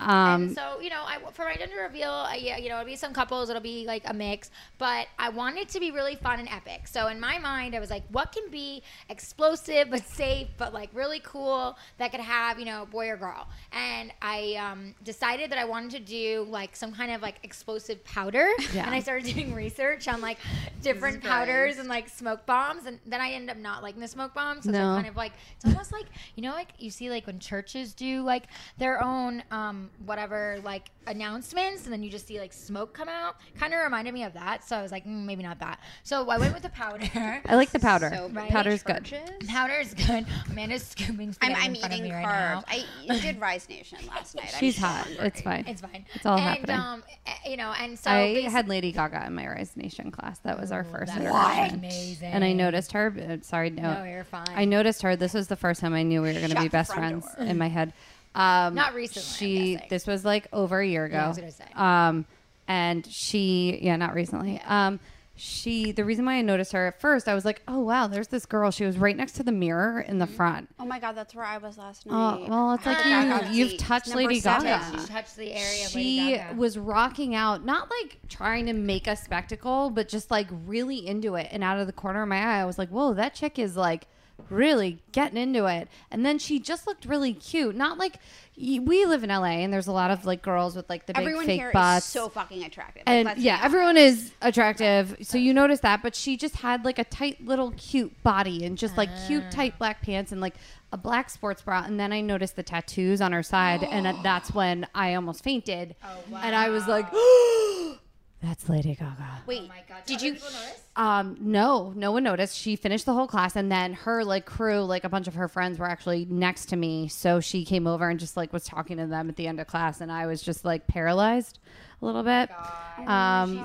Um, and so you know, I, for my gender reveal, I, yeah, you know, it'll be some couples, it'll be like a mix, but I want it to be really fun and epic. So in my mind, I was like, what can be explosive but safe, but like really cool that could have you know boy or girl? And I um, decided that I wanted to do like some kind of like explosive powder, Yeah. and I started doing research on like different powders and like smoke bombs, and then I ended up not liking the smoke bombs. So it's, like, No. kind of of, like it's almost like you know like you see like when churches do like their own um whatever like announcements and then you just see like smoke come out kind of reminded me of that so i was like mm, maybe not that so i went with the powder I like the powder. So Right? Powder's good. powder is good amanda's scooping I'm, spaghetti I'm in front of eating me right carbs. now. I you did Rise Nation last night. I'm She's so hot. hungry. It's fine. it's fine It's all and, happening. um eh, you know and so I basi- had Lady Gaga in my Rise Nation class. That was our first That's interaction. amazing And I noticed her. uh, Sorry, no. No, you're fine. I noticed her. This was the first time I knew we were going to Shut be the best front friends in my head. Um, Not recently, I'm She. guessing. This was like over a year ago. I was gonna say. Um, and she. Yeah, not recently. Um, she. The reason why I noticed her at first, I was like, oh wow, there's this girl. She was right next to the mirror in Mm-hmm. the front. Oh my god, that's where I was last night. Oh well, it's like Gaga you, you've seat. touched Number Lady seven. Gaga she touched the area of Lady she Gaga. was rocking out, not like trying to make a spectacle, but just like really into it. And out of the corner of my eye, I was like, whoa, that chick is like really getting into it. And then she just looked really cute. Not like y- we live in LA and there's a lot of like girls with like the big Everyone fake here is butts. so fucking attractive. Like, and let's be yeah, honest. everyone is attractive. So you notice that, but she just had like a tight little cute body and just like Ah. cute tight black pants and like a black sports bra. And then I noticed the tattoos on her side, and at- that's when I almost fainted. Oh, And I was like, "That's Lady Gaga." Wait, oh my god did you? Um, no, no one noticed. She finished the whole class, and then her like crew, like a bunch of her friends, were actually next to me. So she came over and just like was talking to them at the end of class, and I was just like paralyzed a little bit. Um,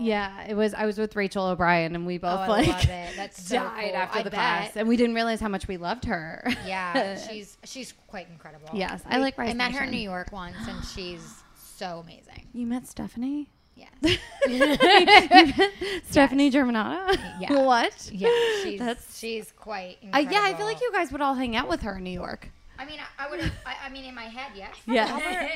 yeah, it was. I was with Rachel O'Brien, and we both Oh, I like love it. That's so died cool. after I the bet. class, and we didn't realize how much we loved her. Yeah, she's she's quite incredible. Yes, I like I Rise met her Nation. in New York once, and she's so amazing. you met Stephanie. Yes. Stephanie Germanata. Yeah. what? Yeah, she's That's- she's quite. Uh, Incredible. yeah, I feel like you guys would all hang out with her in New York. I mean, I, I would. I, I mean, in my head, yes. Yeah.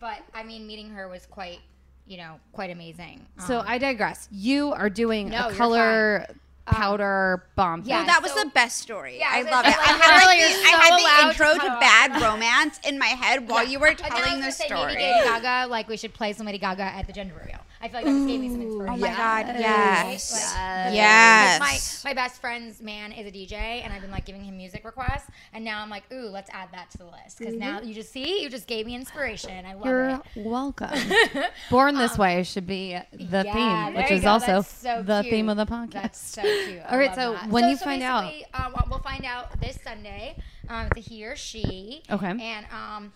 but I mean, meeting her was quite, you know, quite amazing. So Um, I digress. You are doing No, a you're Uh, color powder bomb. yeah, thing. Oh, That was So- the best story. Yeah, I I was love it. gonna I say, like, had like literally the, you're so I had the allowed intro to to cut Bad Romance in my head while you were but then I was telling gonna the say story. Maybe Lady Gaga, like we should play some Lady Gaga at the gender reveal. I feel like that just gave me some inspiration. Oh my god, Like, yes. like, Yes. My, my best friend's man is a DJ, and I've been like giving him music requests, and now I'm like, ooh, let's add that to the list because now you just see, you just gave me inspiration. I love Mm-hmm. You're it. Um, welcome. Born This Way should be the Yeah, theme, there which you is go. also That's so the cute. theme of the podcast. That's so cute. I All right, love so that. when you find out- basically, uh, we'll- we'll find out this Sunday. Um, it's a he or she. Okay. And um,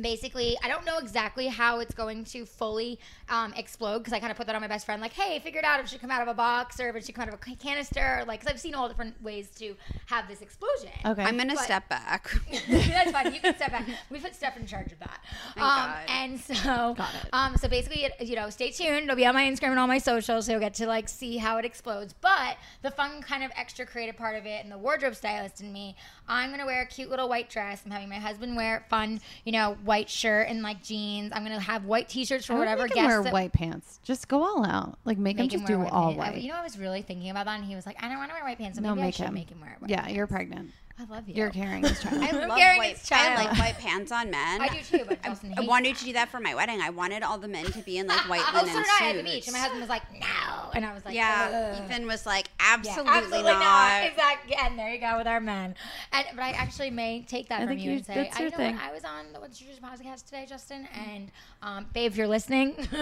basically, I don't know exactly how it's going to fully um, explode because I kind of put that on my best friend, like, hey, figure it out if it should come out of a box or if it should come out of a ca- canister, or, like, because I've seen all different ways to have this explosion. Okay. I'm gonna But- step back. That's fine. You can step back. We put Steph in charge of that. um, God. And so, Got it. um, so basically, it, you know, stay tuned. It'll be on my Instagram and all my socials, so you'll get to like see how it explodes. But the fun kind of extra creative part of it, and the wardrobe stylist in me, I'm gonna wear a cute little white dress. I'm having my husband wear a fun, you know, white shirt and like jeans. I'm gonna have white t-shirts for I would whatever make him guests wear that- white pants. Just go all out. Like make, Make him him just wear do white all pants. I- white. you know, I was really thinking about that, and he was like, "I don't want to wear white pants." So no, maybe I make should him. make him wear white. yeah, you're pregnant. I love you. You're carrying this child. I love carrying white. his I child. like white pants on men. I do too, but Justin I hates wanted to do that for my wedding. I wanted all the men to be in like white oh, linen so did suits. I at the beach, and my husband was like, "No," and I was like, yeah, "Ugh." Ethan was like, Yeah, absolutely, absolutely not. Exactly. And there you go with our men. And but I actually may take that I from think you, you- and say, that's I your know thing. what, I was on the What's Your Truth podcast today, Justin, and um, babe, if you're listening,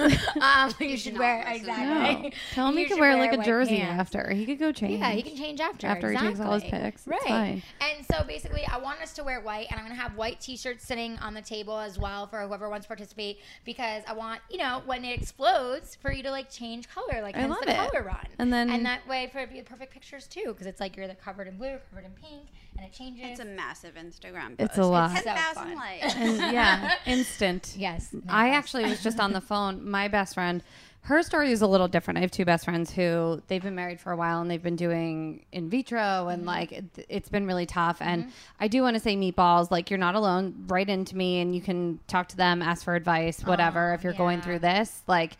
um, you should not wear listen. exactly. no. Tell him he You could should wear like a white jersey pants. after. He could go change. Yeah, he can change after. After he exactly. takes all his pics, it's Right. fine. And so basically, I want us to wear white, and I'm going to have white t shirts sitting on the table as well for whoever wants to participate because I want, you know, when it explodes, for you to like change color, like I hence love the it. color run. And then- and that way for it be perfect pictures too because it's like you're either covered in blue or covered in pink and it changes. It's a massive Instagram. Post. It's a lot. Ten thousand So fun. likes. And, yeah, instant. yes. I no. actually was just on the phone. My best friend, Her story is a little different. I have two best friends who they've been married for a while and they've been doing in vitro Mm-hmm. and like it, it's been really tough. And I do want to say meatballs, like you're not alone. Write into me and you can talk to them, ask for advice, whatever. if you're going Oh, yeah. through this, like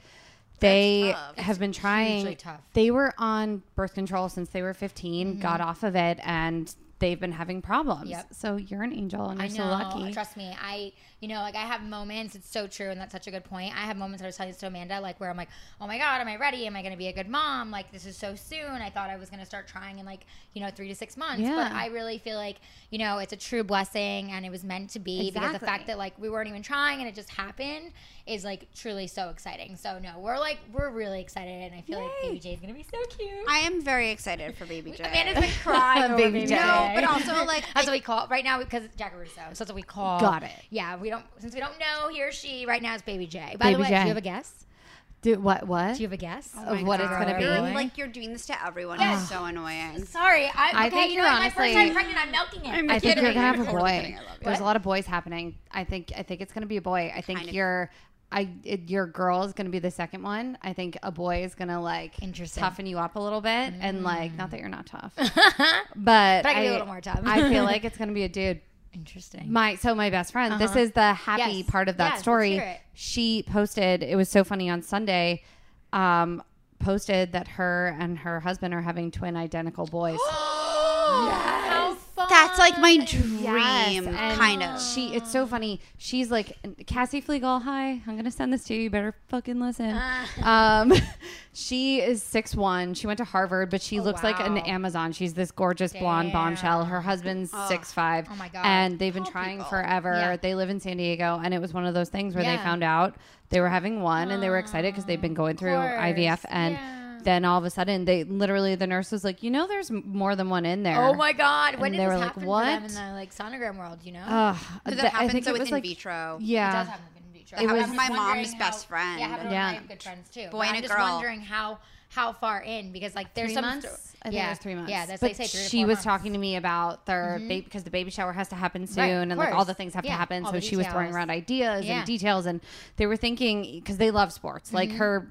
they tough. have been trying. tough. They were on birth control since they were 15, got off of it, and they've been having problems. Mm-hmm. Yep. So you're an angel and you're I so lucky. Trust me, I you know like I have moments. It's so true, and that's such a good point. I have moments that I was telling this to Amanda, like where I'm like, oh my god, am I ready? Am I going to be a good mom? Like this is so soon. I thought I was going to start trying in like you know three to six months, Yeah. but I really feel like you know it's a true blessing, and it was meant to be because the Exactly. fact that like we weren't even trying and it just happened is like truly so exciting. So no, we're like we're really excited, and I feel like baby J is going to be so cute. I am very excited for Baby J. Amanda's been crying over Baby baby J. No, but J. also, like, That's what we call right now because it's Jack Russo. So that's what we call. Got it. Yeah, we don't since we don't know he or she right now it's Baby J. By Baby the way, J. Oh do you have a guess? Do what? What? Do you have a guess? of what it's gonna You're, be. like you're doing this to everyone. It's so annoying. Sorry, I, I okay, think you know you're what? my honestly- first time pregnant. I'm milking it. I'm I think kidding. you're gonna have a Totally boy. kidding. I love it. There's a lot of boys happening. I think I think it's gonna be a boy. I think Kind of. your I it, your girl is gonna be the second one. I think a boy is gonna like Interesting. toughen you up a little bit and like not that you're not tough, but But I can be a little more tough. I feel like it's gonna be a dude. Interesting. My so my best friend. This is the happy Uh-huh. Yes. part of Yes, that let's story. hear it. She posted. It was so funny on Sunday. Um, posted that her and her husband are having twin identical boys. Oh, How fun. That's like my dream, and kind of. She. It's so funny. She's like Cassie Flegel. Hi, I'm gonna send this to you. You better fucking listen. Ah. um, she is six one. She went to Harvard, but she looks like an Oh, wow. Amazon. She's this gorgeous blonde Damn. bombshell. Her husband's six five. Oh my God. And they've been trying forever. Yeah. They live in San Diego, and it was one of those things where they Yeah. found out they were having one, and they were excited because they've been going through course. IVF and. Yeah. Then all of a sudden, they literally the nurse was like, "You know, there's m- more than one in there." Oh my god! When And did they this were like, happen for them "What?" in the like sonogram world? You know, Ugh, Because th- it I happens think so it with was in like- vitro. it Yeah, does happen with in vitro. It I was just my wondering mom's best friend. Yeah, I have one Yeah. of my good friends too. Boy But and I'm a just girl. wondering how how far in because like there's three some months. sto- I think yeah. it was three months. Yeah, that's but they say three to she four was months. Mm-hmm. talking to me about their baby because the baby shower has to happen soon, Right, of and like all course. the things have Yeah, to happen. all So the she was throwing details. around ideas Yeah. Mm-hmm. and details, and they were thinking because they love sports, like her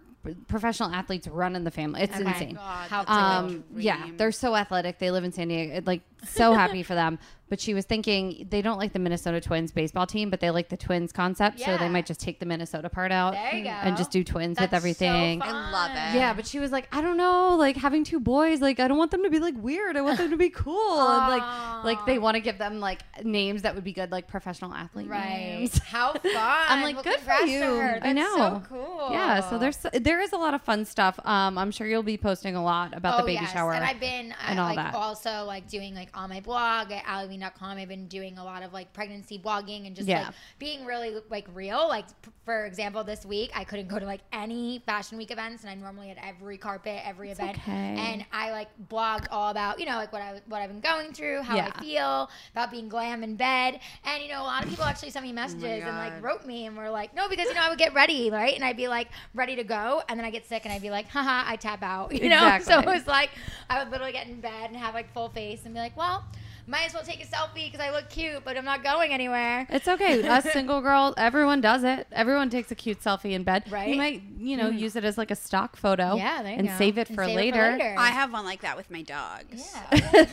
professional athletes run in the family. It's Okay. insane. God, How that's like a Um, yeah, dream. they're so athletic. They live in San Diego. Like, so happy for them. But she was thinking they don't like the Minnesota Twins baseball team, but they like the Twins concept. So they Yeah. might just take the Minnesota part out There you and go. just do twins with That's so everything. fun. I love it. Yeah, but she was like, I don't know, like having two boys, like I don't want them to be like weird. I want them to be cool. and like like they want to give them like names that would be good, like professional athlete Right. names. How fun. I'm like, Well, good for congrats to you. her. I That's know. So cool. Yeah, so there's there is a lot of fun stuff. Um, I'm sure you'll be posting a lot about the baby Oh, yes. shower. And I've been I, and all like that. also like doing like on my blog at allyween.com. I've been doing a lot of like pregnancy blogging and just Yeah. like being really like real. Like p- for example, this week I couldn't go to like any fashion week events and I'm normally at every carpet, every event. okay. And I like blogged all about, you know, like what I what I've been going through, how Yeah. I feel, about being glam in bed. And you know, a lot of people actually sent me messages and God. like wrote me and were like, No, because you know, I would get ready, right? And I'd be like ready to go and then I get sick and I'd be like, haha, I tap out. You know? So it Exactly. was it's like I would literally get in bed and have like full face and be like, well, might as well take a selfie because I look cute, but I'm not going anywhere. it's okay. Us single girls, everyone does it. Everyone takes a cute selfie in bed. Right? Hmm. You might, you know, use it as like a stock photo. Yeah, there you Oh, and go. save it And for save it later. I have one like that with my dogs. yeah.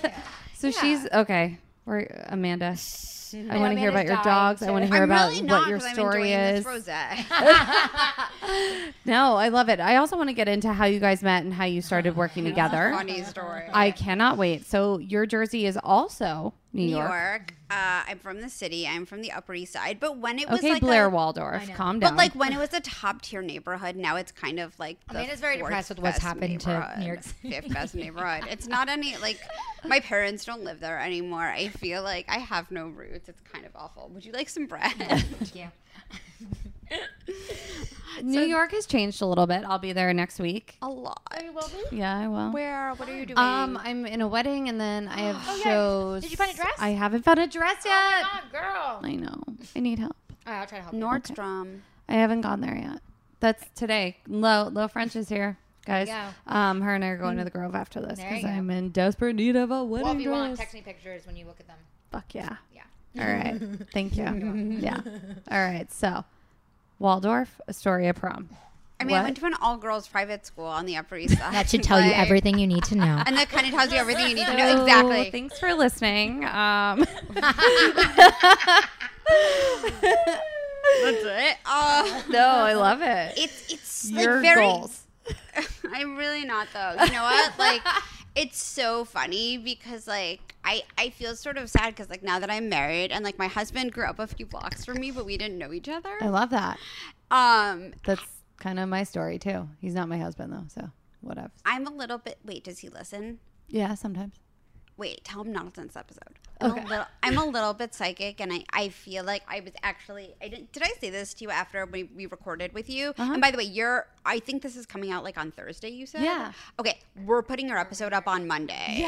So she's okay. We're Amanda. I want to hear Amanda's about your dying dogs. I to- want to hear I'm about really what not your 'cause I'm story enjoying is. This rosé. No, I love it. I also want to get into how you guys met and how you started working together. Funny story. I cannot wait. So your jersey is also New, New York. York. Uh, I'm from the city. I'm from the Upper East Side. But when it was Okay, like Blair a, Waldorf. know. Calm down. But like when it was a top tier neighborhood, now it's kind of like the Amanda's very fourth depressed with what's best happened to New neighborhood, York City. Fifth best neighborhood. It's not any like my parents don't live there anymore. I feel like I have no roots. It's kind of awful. Would you like some bread? Thank you. New York has changed a little bit. I'll be there next week. a lot. Yeah, I will. Where? What are you doing? Um, I'm in a wedding and then I have Oh, yeah. shows. Did you find a dress? I haven't found a dress yet. Oh my God, girl. I know. I need help. All right, I'll try to help. you. Nordstrom. I haven't gone there yet. That's today. Lo Lo French is here, guys. you go. Mm. Um, her and I are going to the Grove after this There you because go. I'm in desperate need of a wedding Well, if you dress. want, text me pictures when you look at them. Fuck yeah! Yeah. All right, thank you. yeah. All right, so Waldorf Astoria prom. I mean, I What? went to an all girls private school on the Upper East Side. That should tell you Like, everything you need to know. And that kind of tells you everything you need to know. So, Exactly. Thanks for listening. Um, That's it. Uh, no, I love it. it's it's Your like very. goals. I'm really not though. You know what? Like, it's so funny because like I I feel sort of sad because like now that I'm married and like my husband grew up a few blocks from me, but we didn't know each I other. love that. Um, That's kind of my story too. He's not my husband though, so whatever. I'm a little bit. Wait, does he listen? Yeah, sometimes. Wait, tell him not it's on this episode. I'm, Okay. a little, I'm a little bit psychic, and I, I feel like I was actually I didn't did I say this to you after we, we recorded with you? Uh-huh. And by the way, you're I think this is coming out like on Thursday. You said Yeah. Okay, we're putting your episode up on Monday.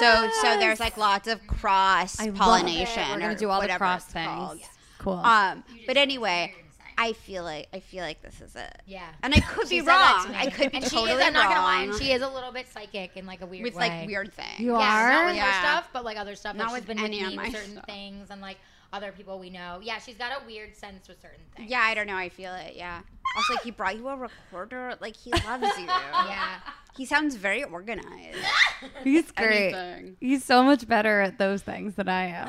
So so there's like lots of cross I love it. pollination. We're or gonna do all the whatever cross it's things. Uh, called. Cool. Um, but anyway, you're gonna say. I feel like I feel like this is it. Yeah. And I could be She said that wrong. to me. I could be and totally she is, I'm not gonna lie, wrong. and she is a little bit psychic in like a weird with way. like weird things. You yeah, are? not with Yeah. her stuff, but like other stuff. Not Like she's with been with any of me my with certain stuff. things and like other people we know. Yeah, she's got a weird sense with certain things. Yeah, I don't know. I feel it. Yeah. Also, like he brought you a recorder. Like he loves you. Yeah. He sounds very organized. He's great. Everything. He's so much better at those things than I am.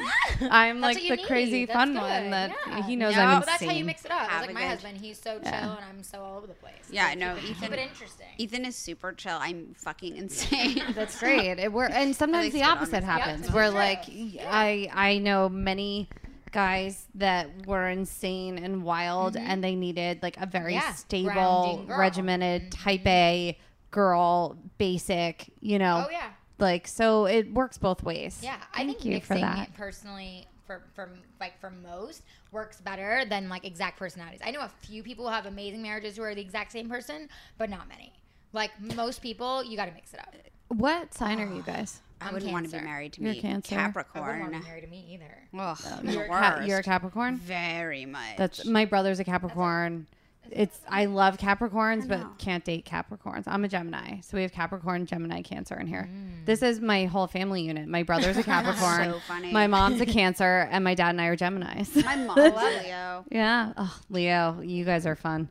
I'm That's like what you the crazy need. That's fun good. one that Yeah. he knows No, I'm Oh, insane. that's how you mix it up. Have It's a like my good- husband, he's so chill Yeah. and I'm so all over the place. Yeah. So No, keep it Ethan. interesting. Ethan is super chill. I'm fucking insane. That's great. It, we and sometimes least the good opposite honesty. happens. Yep, Where true. like I I know many guys that were insane and wild, and they needed like a very Mm-hmm. Yeah, stable, grounding girl. Mm-hmm. regimented, type A girl, basic. You know, Oh yeah. like so it works both ways. Yeah, I Thank think you for mixing that. it personally for for like for most works better than like exact personalities. I know a few people who have amazing marriages who are the exact same person, but not many. Like most people, you got to mix it up. What sign are you guys? I I'm wouldn't want to be Cancer. married to You're me. Cancer. I wouldn't want to Capricorn. be married to me either. Ugh, You're, the a Cap- worst. you're a Capricorn. Very much. That's my brother's a Capricorn. It's I love Capricorns, know. but can't date Capricorns. I'm a Gemini, so we have Capricorn, Gemini, Cancer in here. This is my whole family unit. My brother's a Capricorn. Mm. So funny. My mom's a Cancer, and my dad and I are Geminis. my mom's a Leo. yeah, oh, Leo, you guys are fun.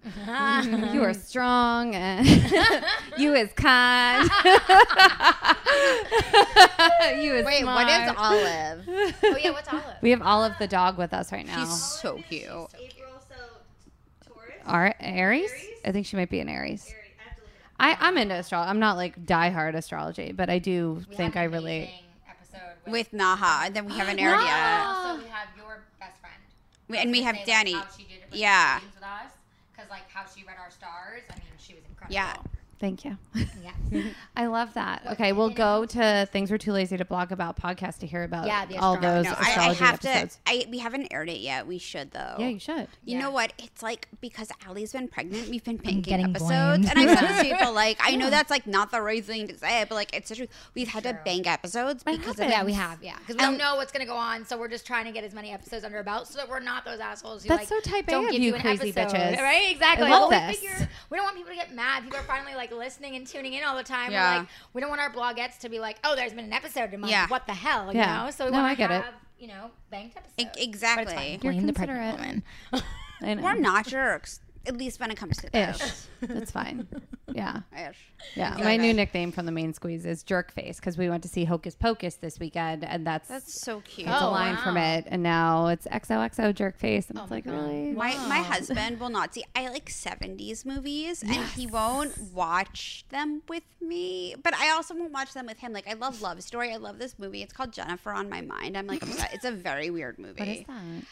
you are strong, and you is kind. you is Wait, smart. what is Olive? Oh yeah, what's Olive? We have Olive the dog with us right now. She's so cute. April, so Taurus. Ar- Aries? I think she might be an Aries. Aries. I have to look it I, I'm into astrology. I'm not like diehard astrology, but I do We think I have an relate. amazing episode with, With Naha, and then we haven't aired yet. also we have your best friend. We- And we have Say, like, Danny. how she did it with Yeah. the readings with us, 'cause, like how she read our stars. I mean, she was incredible. Yeah. Thank you. Yes. I love that. Okay, we'll go to things we're too lazy to blog about podcast to hear about Yeah, the all those astrology. No, I, I astrology have episodes. to. Oh. I we haven't aired it yet. We should though. Yeah, you should. You know Yeah. what? It's like because Allie's been pregnant, we've been picking getting episodes, blamed. and I've said this to people like, I know that's like not the right thing to say, but like it's the truth. We've had to True. bank episodes because of happens. Yeah, that. we have. Yeah, because we Um, don't know what's gonna go on, so we're just trying to get as many episodes under our belt, so that we're not those assholes. Who, That's like, so type A don't of give you an crazy episode, bitches. Right? Exactly. I love well, this. We, figure, we don't want people to get mad. People are finally like listening and tuning in all the time. Yeah. Yeah. like, we don't want our blogettes to be like, oh, there's been an episode a month. Yeah. What the hell? You Yeah. know. So we No, want I to get it. have you know banked E- episodes. exactly. You're Blame the considerate. pregnant woman. I know. We're not jerks, at least when it comes to Ish. this. That's fine. Yeah. Ish. Yeah. Yeah. My Okay. new nickname from the main squeeze is Jerk Face because we went to see Hocus Pocus this weekend and that's, That's so cute. it's a Oh, line from wow. it. And now it's XOXO Jerk Face. And it's like, really? Oh My my husband will not see. I like seventies movies, and he won't watch them with me. But I also won't watch them with him. Like I love Love Story. I love this movie. It's called Jennifer on My Mind. I'm like upset. It's a very weird movie. What is that?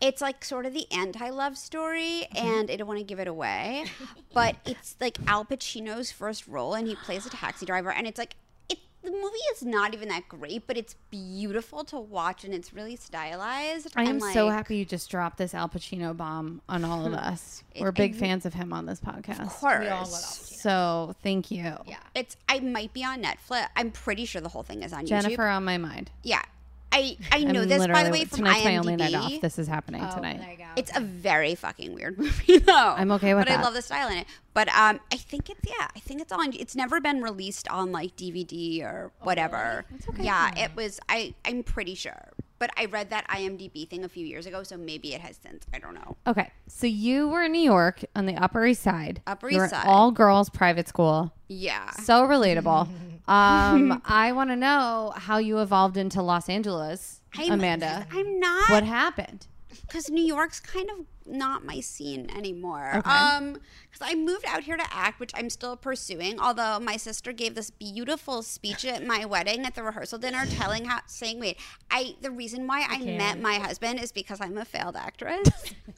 it's like sort of the anti-love story Mm-hmm. and i don't want to give it away but it's like al pacino's first role and he plays a taxi driver and it's like it, the movie is not even that great but it's beautiful to watch and it's really stylized I and, am so like, happy you just dropped this Al Pacino bomb on all of us. It- We're big I- fans of him on this podcast. of course So thank you. Yeah. it's i might be on netflix i'm pretty sure the whole thing is on Jennifer youtube on my mind. yeah i i I'm know this by the literally- way from tonight's imdb my only night off. This is happening Oh, tonight. there you go. It's a very fucking weird movie, though. I'm okay with but that. I love the style in it. But um, I think it's yeah. I think it's on. It's never been released on like DVD or whatever. Yeah, it was. I I'm pretty sure. But I read that IMDb thing a few years ago, so maybe it has since. I don't know. Okay, so you were in New York on the Upper East Side. Upper You were East in Side. all girls private school. Yeah. So relatable. um, I want to know how you evolved into Los Angeles, I'm, Amanda. I'm what not happened? because New York's kind of not my scene anymore. Okay. Um, because I moved out here to act, which I'm still pursuing. Although my sister gave this beautiful speech at my wedding at the rehearsal dinner, telling how saying, "Wait, I the reason why I met my husband is because I'm a failed actress."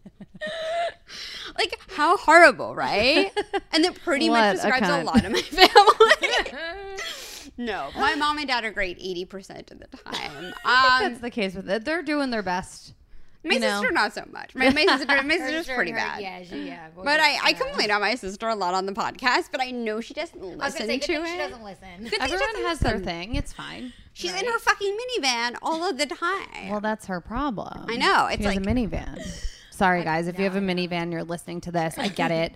like how horrible, right? And that pretty What a much describes a, cunt. lot of my family. no, my mom and dad are great eighty percent of the time. Um, That's the case with it. They're doing their best. my you know. sister, not so much. My, my sister, my sister's During pretty her- bad. Yeah, she, yeah. we'll But get- I, I yeah. complain on my sister a lot on the podcast, but I know she doesn't I was listen gonna say, to good thing it. she doesn't listen. Good thing she Everyone doesn't has listen. their thing. It's fine. She's in her fucking minivan all of the time. Well, that's her problem. I know, it's she has a like- minivan. Sorry, guys. If you have a minivan, you're listening to this. I get it.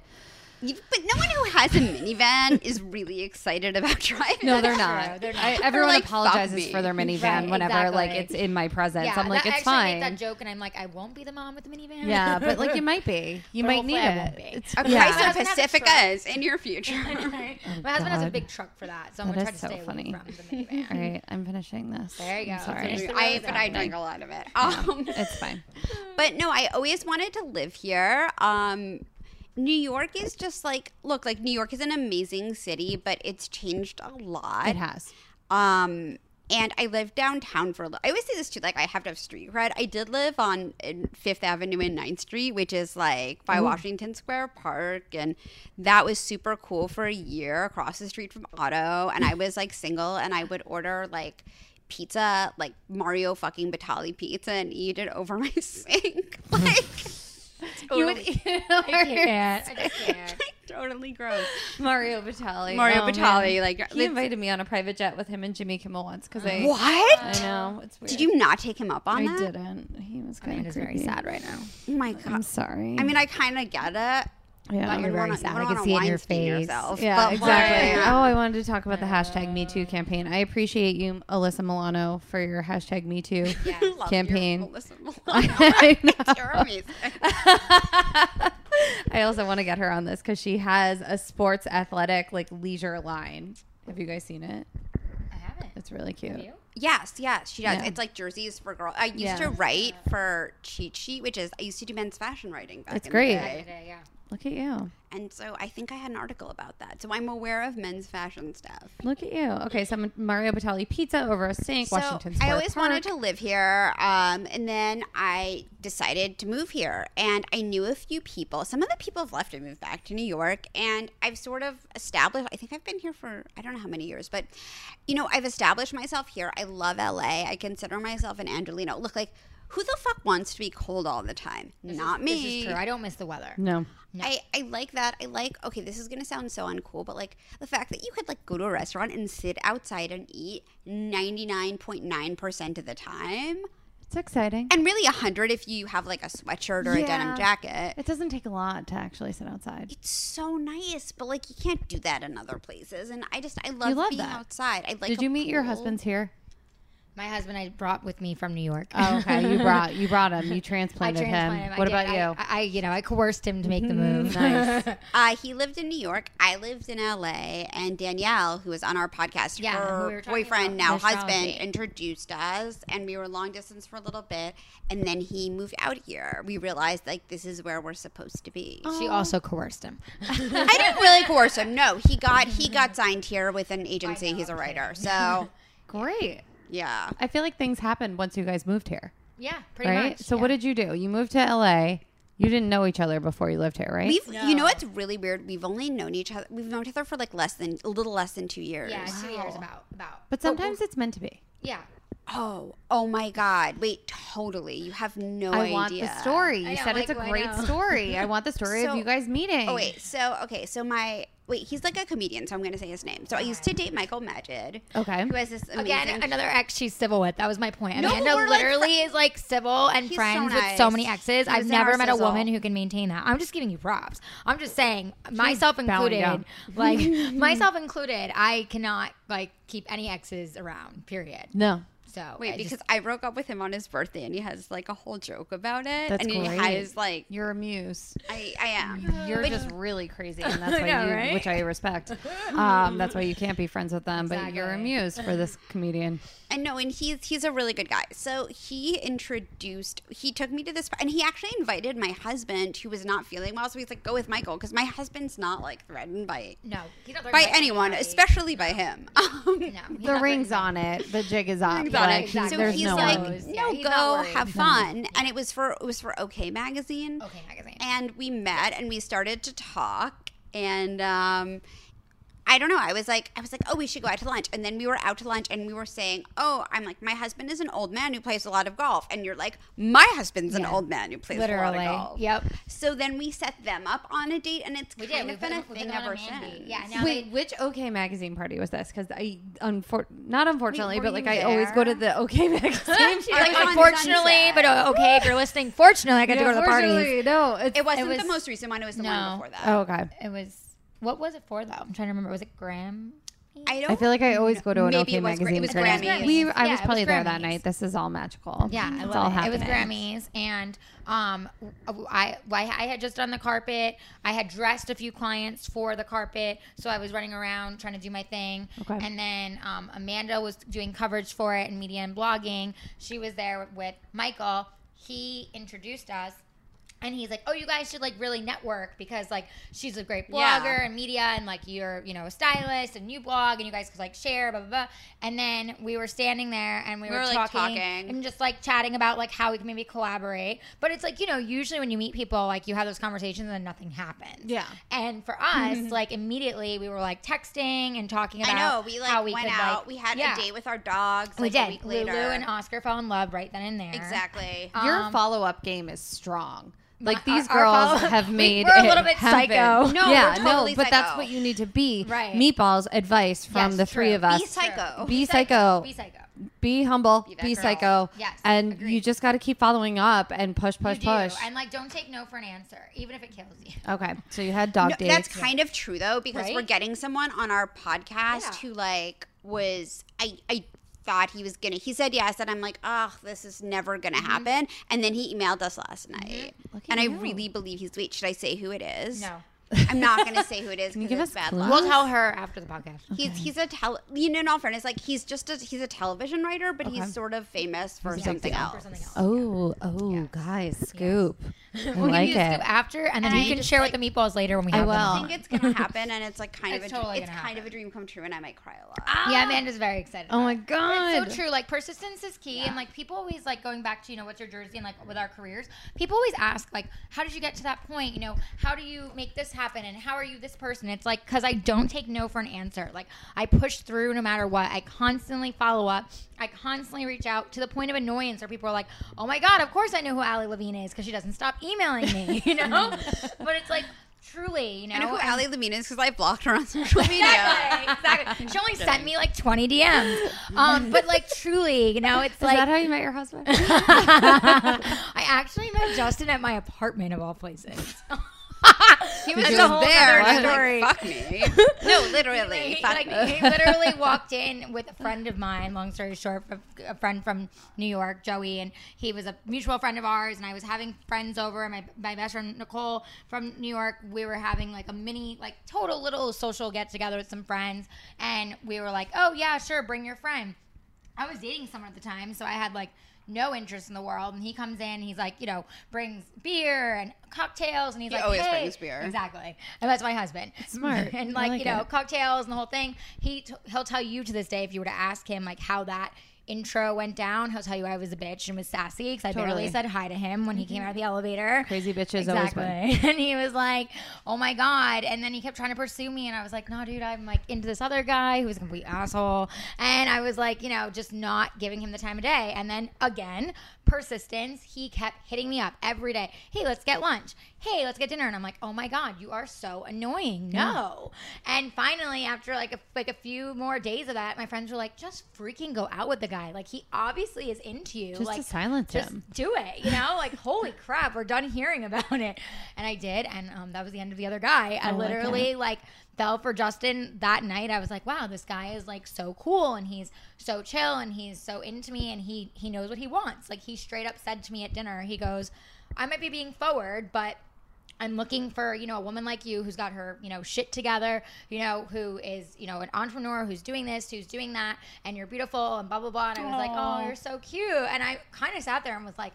You- but no one who has a minivan is really excited about driving. No, they're That's not. true. They're not. I, They're everyone like, "Fuck apologizes me." for their minivan Right, whenever, like, exactly. it's in my presence. I'm like, that- I it's actually make fine. that joke, and I'm like, I won't be the mom with the minivan. Yeah, but like, you might be. You But might need hopefully I won't it. be. It's- Okay, yeah. My so husband has a Pacifica truck. is in your future. Right? My husband has a God. big truck for that, so I'm That gonna try is to so stay funny. away from the minivan. All right, I'm finishing this. There you I'm go. sorry. Finish the I, rose but I out. drink a lot of it. Um, It's fine. But no, I always wanted to live here. Um, New York is just like look like New York is an amazing city, but it's changed a lot. It has. Um, and I lived downtown for a little. I always say this too, like I have to have street cred. I did live on in Fifth Avenue and 9th Street, which is like by Washington Square Park, and that was super cool for a year across the street from Auto. And I was like single, and I would order like pizza, like Mario fucking Batali pizza, and eat it over my sink, like You would eat it over I can't. I just can't. totally gross. Mario Batali. Mario Oh, Batali, man. like He invited me on a private jet with him and Jimmy Kimmel once because I. what? I know. It's weird. Did you not take him up on I that? didn't. He was kind of Amanda's very sad right now. Oh my I'm god. sorry. I mean, I kind of get it. yeah. you You're very wanna- sad. you I wanna can see it in your Weinstein face. yourself, Yeah, but exactly. like- Oh, I wanted to talk about the hashtag Me Too campaign. I appreciate you, Alyssa Milano, for your hashtag Me Too Love your campaign. Melissa I Milano. know. You're amazing. I also want to get her on this because she has a sports athletic like leisure line. Have you guys seen it? I haven't. It's really cute. You? Yes, yes, she does. Yeah. It's like jerseys for girls. I used Yeah. to write for Cheat Sheet, which is I used to do men's fashion writing back. It's in the great. day. Yeah, yeah. Look at you. and so I think I had an article about that. So I'm aware of men's fashion stuff. Look at you. Okay, so Mario Batali pizza over a sink, Washington Square. I always Park. wanted to live here, um, and then I decided to move here. And I knew a few people. Some of the people have left and moved back to New York. And I've sort of established. I think I've been here for I don't know how many years, but you know, I've established myself here. I love LA. I consider myself an Angelino. Look, like who the fuck wants to be cold all the time? Not me. This is true. I don't miss the weather. No. I, I like that. I like, okay, this is going to sound so uncool, but like the fact that you could like go to a restaurant and sit outside and eat 99.9% of the time. It's exciting. And really 100 if you have like a sweatshirt or a Yeah. denim jacket. It doesn't take a lot to actually sit outside. It's so nice, but like you can't do that in other places. And I just, I love, love being that. outside. I like Did a you meet your pool. husband's here? My husband I brought with me from New York. Oh, okay. You brought you brought him. You I transplanted, transplanted him. him. I What did. about I- you? I, I, you know, I coerced him to make the move. Nice. Uh, he lived in New York. I lived in LA. And Danielle, who was on our podcast, Yeah, who we her were talking boyfriend, about, now the astrology. husband, introduced us. And we were long distance for a little bit. And then he moved out here. We realized, like, this is where we're supposed to be. She also coerced him. I didn't really coerce him. No, he got he Mm-hmm. got signed here with an agency. He's a writer. So, Great. yeah. I feel like things happened once you guys moved here, yeah, pretty right? much. so yeah. what did you do? You moved to LA. You didn't know each other before you lived here, right? We've, You know what's really weird? We've only known each other. We've known each other for like less than a little less than two years. Yeah, two years about about. but sometimes it's meant to be. yeah, Oh, oh my God! Wait, totally. You have no I idea. want the story. You oh, I know, said it's a like, why great now? story. I want the story of So- you guys meeting. Oh wait, so okay, so my wait, he's like a comedian, so I'm gonna say his name. So I used to date Michael Majid. Okay. Who has this amazing again, another ex she's civil with. That was my point. No, Amanda we're, like, literally is like civil and He's friends so with so nice. many exes. He I've was in our never met a sizzle. woman who can maintain that. I'm just giving you props. I'm just saying, myself bowing included, down. like myself included, I cannot like keep any exes around. Period. No. So Wait, I because just- I broke up with him on his birthday, and he has like a whole joke about it, That's and he great. has like, You're a muse. I, I am. You're just really crazy, and that's I why know, you, right? which I respect. Um, that's why you can't be friends with them. But you're a Exactly. muse for this comedian. And no, and he's he's a really good guy. So he introduced, he took me to this, and he actually invited my husband, who was not feeling well. So he's like, go with Michael, because my husband's not like threatened by no, he's not by threatened anyone, anybody. especially by him. Um, no, he's The not rings threatened. on it. The jig is up. Things on it. Like, he- Exactly. So there's he's no like, one. worries. Yeah, no, he's not go, worried. have fun. And it was for it was for OK magazine. Okay, magazine. And we met and we started to talk and um I don't know. I was like, I was like, oh, we should go out to lunch. And then we were out to lunch, and we were saying, oh, I'm like, my husband is an old man who plays a lot of golf, and you're like, my husband's an Yeah. old man who plays a Literally. lot of golf. Yep. So then we set them up on a date, and it's We did. kind We of put been a them- we put thing them on a ever man since. date. Yeah, now Wait, which OK magazine party was this? Because I, unfor- not unfortunately, were but like you I always go to there? the OK magazine. She's Or like, "Oh, it was on Uh, unfortunately, Sunset. but uh, okay, if you're listening, fortunately, I got to go to the party. Unfortunately, No, it's, It wasn't was- the most recent one; it was the No. one before that. Oh god, It was what was it for though? I'm trying to remember. Was it Graham? I don't. I feel like I always go to an Maybe OK it was Gra- magazine. it was party. Grammys. We, I Yeah, was it was probably there Grammys. that night. This is all magical. Yeah, I it's love all it. happening. It was Grammys, and um, w- I, why- I had just done the carpet. I had dressed a few clients for the carpet, so I was running around trying to do my thing. Okay. And then um, Amanda was doing coverage for it and media and blogging. She was there with Michael. He introduced us. And he's like, "Oh, you guys should like really network because like she's a great Yeah. blogger and media, and like you're you know a stylist and you blog, and you guys could like share, blah blah blah." And then we were standing there and we, We were, were, like, talking. talking and just like chatting about like how we can maybe collaborate. But it's like, you know, usually when you meet people, like you have those conversations and nothing happens. Yeah. Mm-hmm. And for us, like immediately we were like texting and talking I about know. We like how we went could, out. like- we had Yeah. a date with our dogs. We like, did. A week Lulu later. and Oscar fell in love right then and there. exactly. Your Um, follow up game is strong. my- Like these our- our girls follow- have we- made we're a it little bit happen. psycho. No, yeah, we're no, totally but that's psycho. what you need to be. Right. Meatballs advice from Yes, the three true. of Be us: Be psycho. Be psycho. Be psycho. Be humble, Be be, that girl. psycho, Yes, and you agreed. just got to keep following up and push, push, you do. push. And like don't take no for an answer, even if it kills you. okay, so you had dog No, dates. That's kind of true though, because we're Right? getting someone on our podcast Yeah. who like was I I thought he was gonna he said yes and I'm like, oh, this is never gonna Mm-hmm. happen. And then he emailed us last night. Look at And I you. really believe he's wait, should I say who it is? No. I'm not gonna say who it is Can you because give it's us bad clues? luck. We'll tell her after the podcast. He's he's a tele you know in all fairness, like he's just a he's a television writer, but Okay. he's sort of famous for big something deal. else. For something else. oh, oh, guys, scoop. I we like can do it. scoop after, and then And you I can just, share like- with the meatballs later when we I have will. them. I think it's gonna happen and it's like kind of It's a totally it's gonna kind of happen. a dream come true and I might cry a lot. Ah, Yeah, Amanda's very excited. Oh about my it. But god, It's so true. Like persistence is key, and like people always like going back to you know what's your jersey and like with our careers, people always ask like how did you get to that point? You know how do you make this happen and how are you this person? It's like because I don't take no for an answer. Like I push through no matter what. I constantly follow up. I constantly reach out to the point of annoyance where people are like, oh my god, of course I know who Ali Levine is because she doesn't stop emailing me. You know, but it's like truly, you know, I know who and- Ali Levine is because I blocked her on social media. Exactly. exactly. She only sent me like 20 DMs. Um, but like truly, you know, it's Is like that how you met your husband? I actually met Justin at my apartment of all places. he He That's was a whole there. other and story. I'm like, fuck me. No, literally. He, fuck like, me. he literally walked in with a friend of mine. Long story short, a- a friend from New York, Joey, and he was a mutual friend of ours. And I was having friends over. and My my best friend Nicole from New York. We were having like a mini, like total little social get together with some friends, and we were like, "Oh yeah, sure, bring your friend." I was dating someone at the time, so I had like no interest in the world. And he comes in, he's like, you know, brings beer and cocktails, and he's like, always hey. brings beer. exactly. And that's my husband, Smart. and I like, like you know, it. cocktails and the whole thing. He t- he'll tell you to this day if you were to ask him like how that intro went down, he'll tell you I was a bitch and was sassy because I barely Totally. Mm-hmm. said hi to him when he came out of the elevator. Crazy bitches always exactly. win. And he was like, "Oh my god!" And then he kept trying to pursue me, and I was like, "No, dude, I'm like into this other guy who was a complete asshole." And I was like, you know, just not giving him the time of day. And then again, persistence. He kept hitting me up every day. Hey, let's get lunch. Hey, let's get dinner. And I'm like, "Oh my god, you are so annoying." No. And finally, after like a, like a few more days of that, my friends were like, "Just freaking go out with the guy. Like he obviously is into you. Just like to silence just him. do it, you know? Like, holy crap, we're done hearing about it. And I did, and um, that was the end of the other guy. I, like literally like fell for Justin that night. I was like, wow, this guy is like so cool and he's so chill and he's so into me and he he knows what he wants. Like he straight up said to me at dinner, he goes, I might be being forward, but I'm looking for, you know, a woman like you who's got her, you know, shit together, you know, who is, you know, an entrepreneur who's doing this, who's doing that, and you're beautiful and blah blah blah. And I was like, Oh, you're so cute. And I kinda sat there and was like,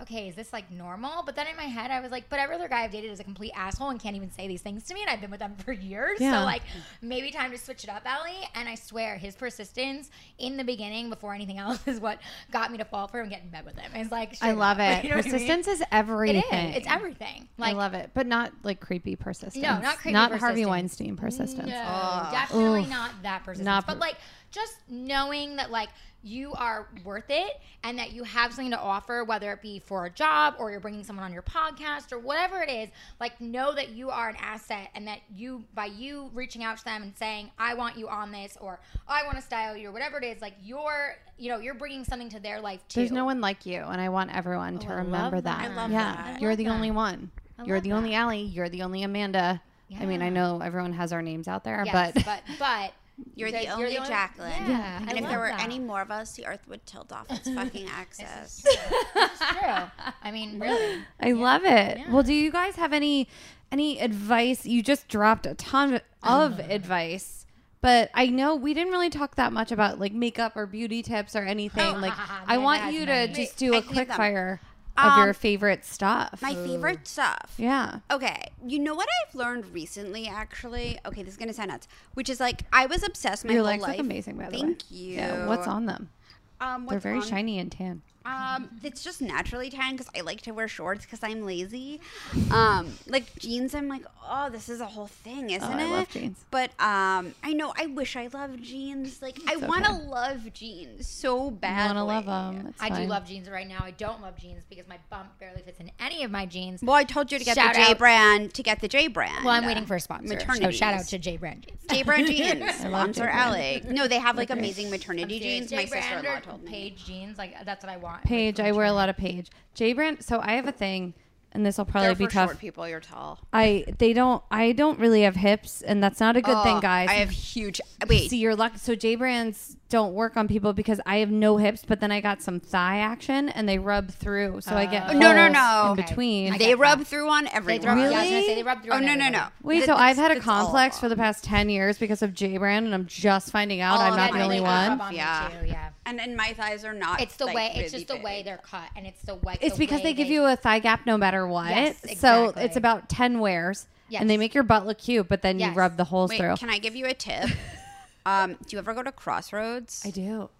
Okay, is this like normal? But then in my head I was like, but every other guy I've dated is a complete asshole and can't even say these things to me and I've been with them for years. Yeah. So like maybe time to switch it up, Allie. And I swear his persistence in the beginning before anything else is what got me to fall for him and get in bed with him. It's like I straight love it. up. You know what I mean? persistence is It is. everything. It's everything. I love it, but not like creepy persistence. No, not creepy Not Harvey persistence. Weinstein persistence. No, Oh. definitely Oof. not that persistence. Not- but like just knowing that like you are worth it and that you have something to offer, whether it be for a job or you're bringing someone on your podcast or whatever it is, like know that you are an asset and that you by you reaching out to them and saying I want you on this or I want to style you or whatever it is, like you're you know you're bringing something to their life too. There's no one like you, and I want everyone to Oh, I love remember that. that. I love yeah, that. I you're love the that. only one. I You're love the only Allie. You're the only Amanda. I mean, I Yeah. know everyone has our names out there, Yes, but, but but You're the You're the only only- Jacqueline. Yeah, I and if love there were that. any more of us, the earth would tilt off its fucking axis. it's true. I mean, really. I love it. Well, do you guys have any any advice? You just dropped a ton of advice, but I know we didn't really talk that much about like makeup or beauty tips or anything. Like, I Amanda want has you to many. just do I a need quick them. fire of your Um, favorite stuff. My favorite stuff. yeah. Okay, you know what I've learned recently, actually. Okay, this is gonna sound nuts, which is like I was obsessed my Your whole legs life. look amazing, by the way. Thank you. Yeah, what's on them? Um, They're what's very on- shiny and tan. Um, it's just naturally tan because I like to wear shorts because I'm lazy. Um, like jeans, I'm like, oh, this is a whole thing, isn't Oh, I it? love jeans. But um, I know I wish I loved jeans. Like I want to love jeans so I badly. want to love them. I do love jeans right now. I don't love jeans because my bump barely fits in any of my jeans. Well, I told you to get Shout the J out. brand. To get the J brand. Well, I'm waiting for a sponsor. Maternity. So shout out to J Brand Jeans. J brand jeans. Sponsor Brand. Alec. No, they have like amazing maternity jeans. My Brand sister in law or told me. Page jeans, like that's what I want. Page. I wear a lot of page. J brand. So I have a thing, and this will probably They're be for tough. short people. You're tall. I they don't. I don't really have hips, and that's not a good thing, Oh, guys. I have huge. Wait, See, you're lucky. So J brands don't work on people because I have no hips, but then I got some thigh action, and they rub through, so I get Oh, No, no, no. holes in Okay. between. they rub through on everyone. They throw, really? Yeah, I was Really? gonna say they rub through. Oh on no no everybody. no! Wait, Th- so I've it's- had a it's all of complex for them. the past ten years because of J brand, and I'm just finding out All I'm of not my the only makeup one. rub on me Yeah. too, yeah. and and my thighs are not. It's the like, way. really It's just the way big. they're cut, and it's the way. It's the because way they give you a thigh gap no matter what. Yes, So exactly. it's about 10 wears. Yes. And they make your butt look cute, but then you Yes. rub the holes Wait, through. can I give you a tip? um, do you ever go to Crossroads? I I, do.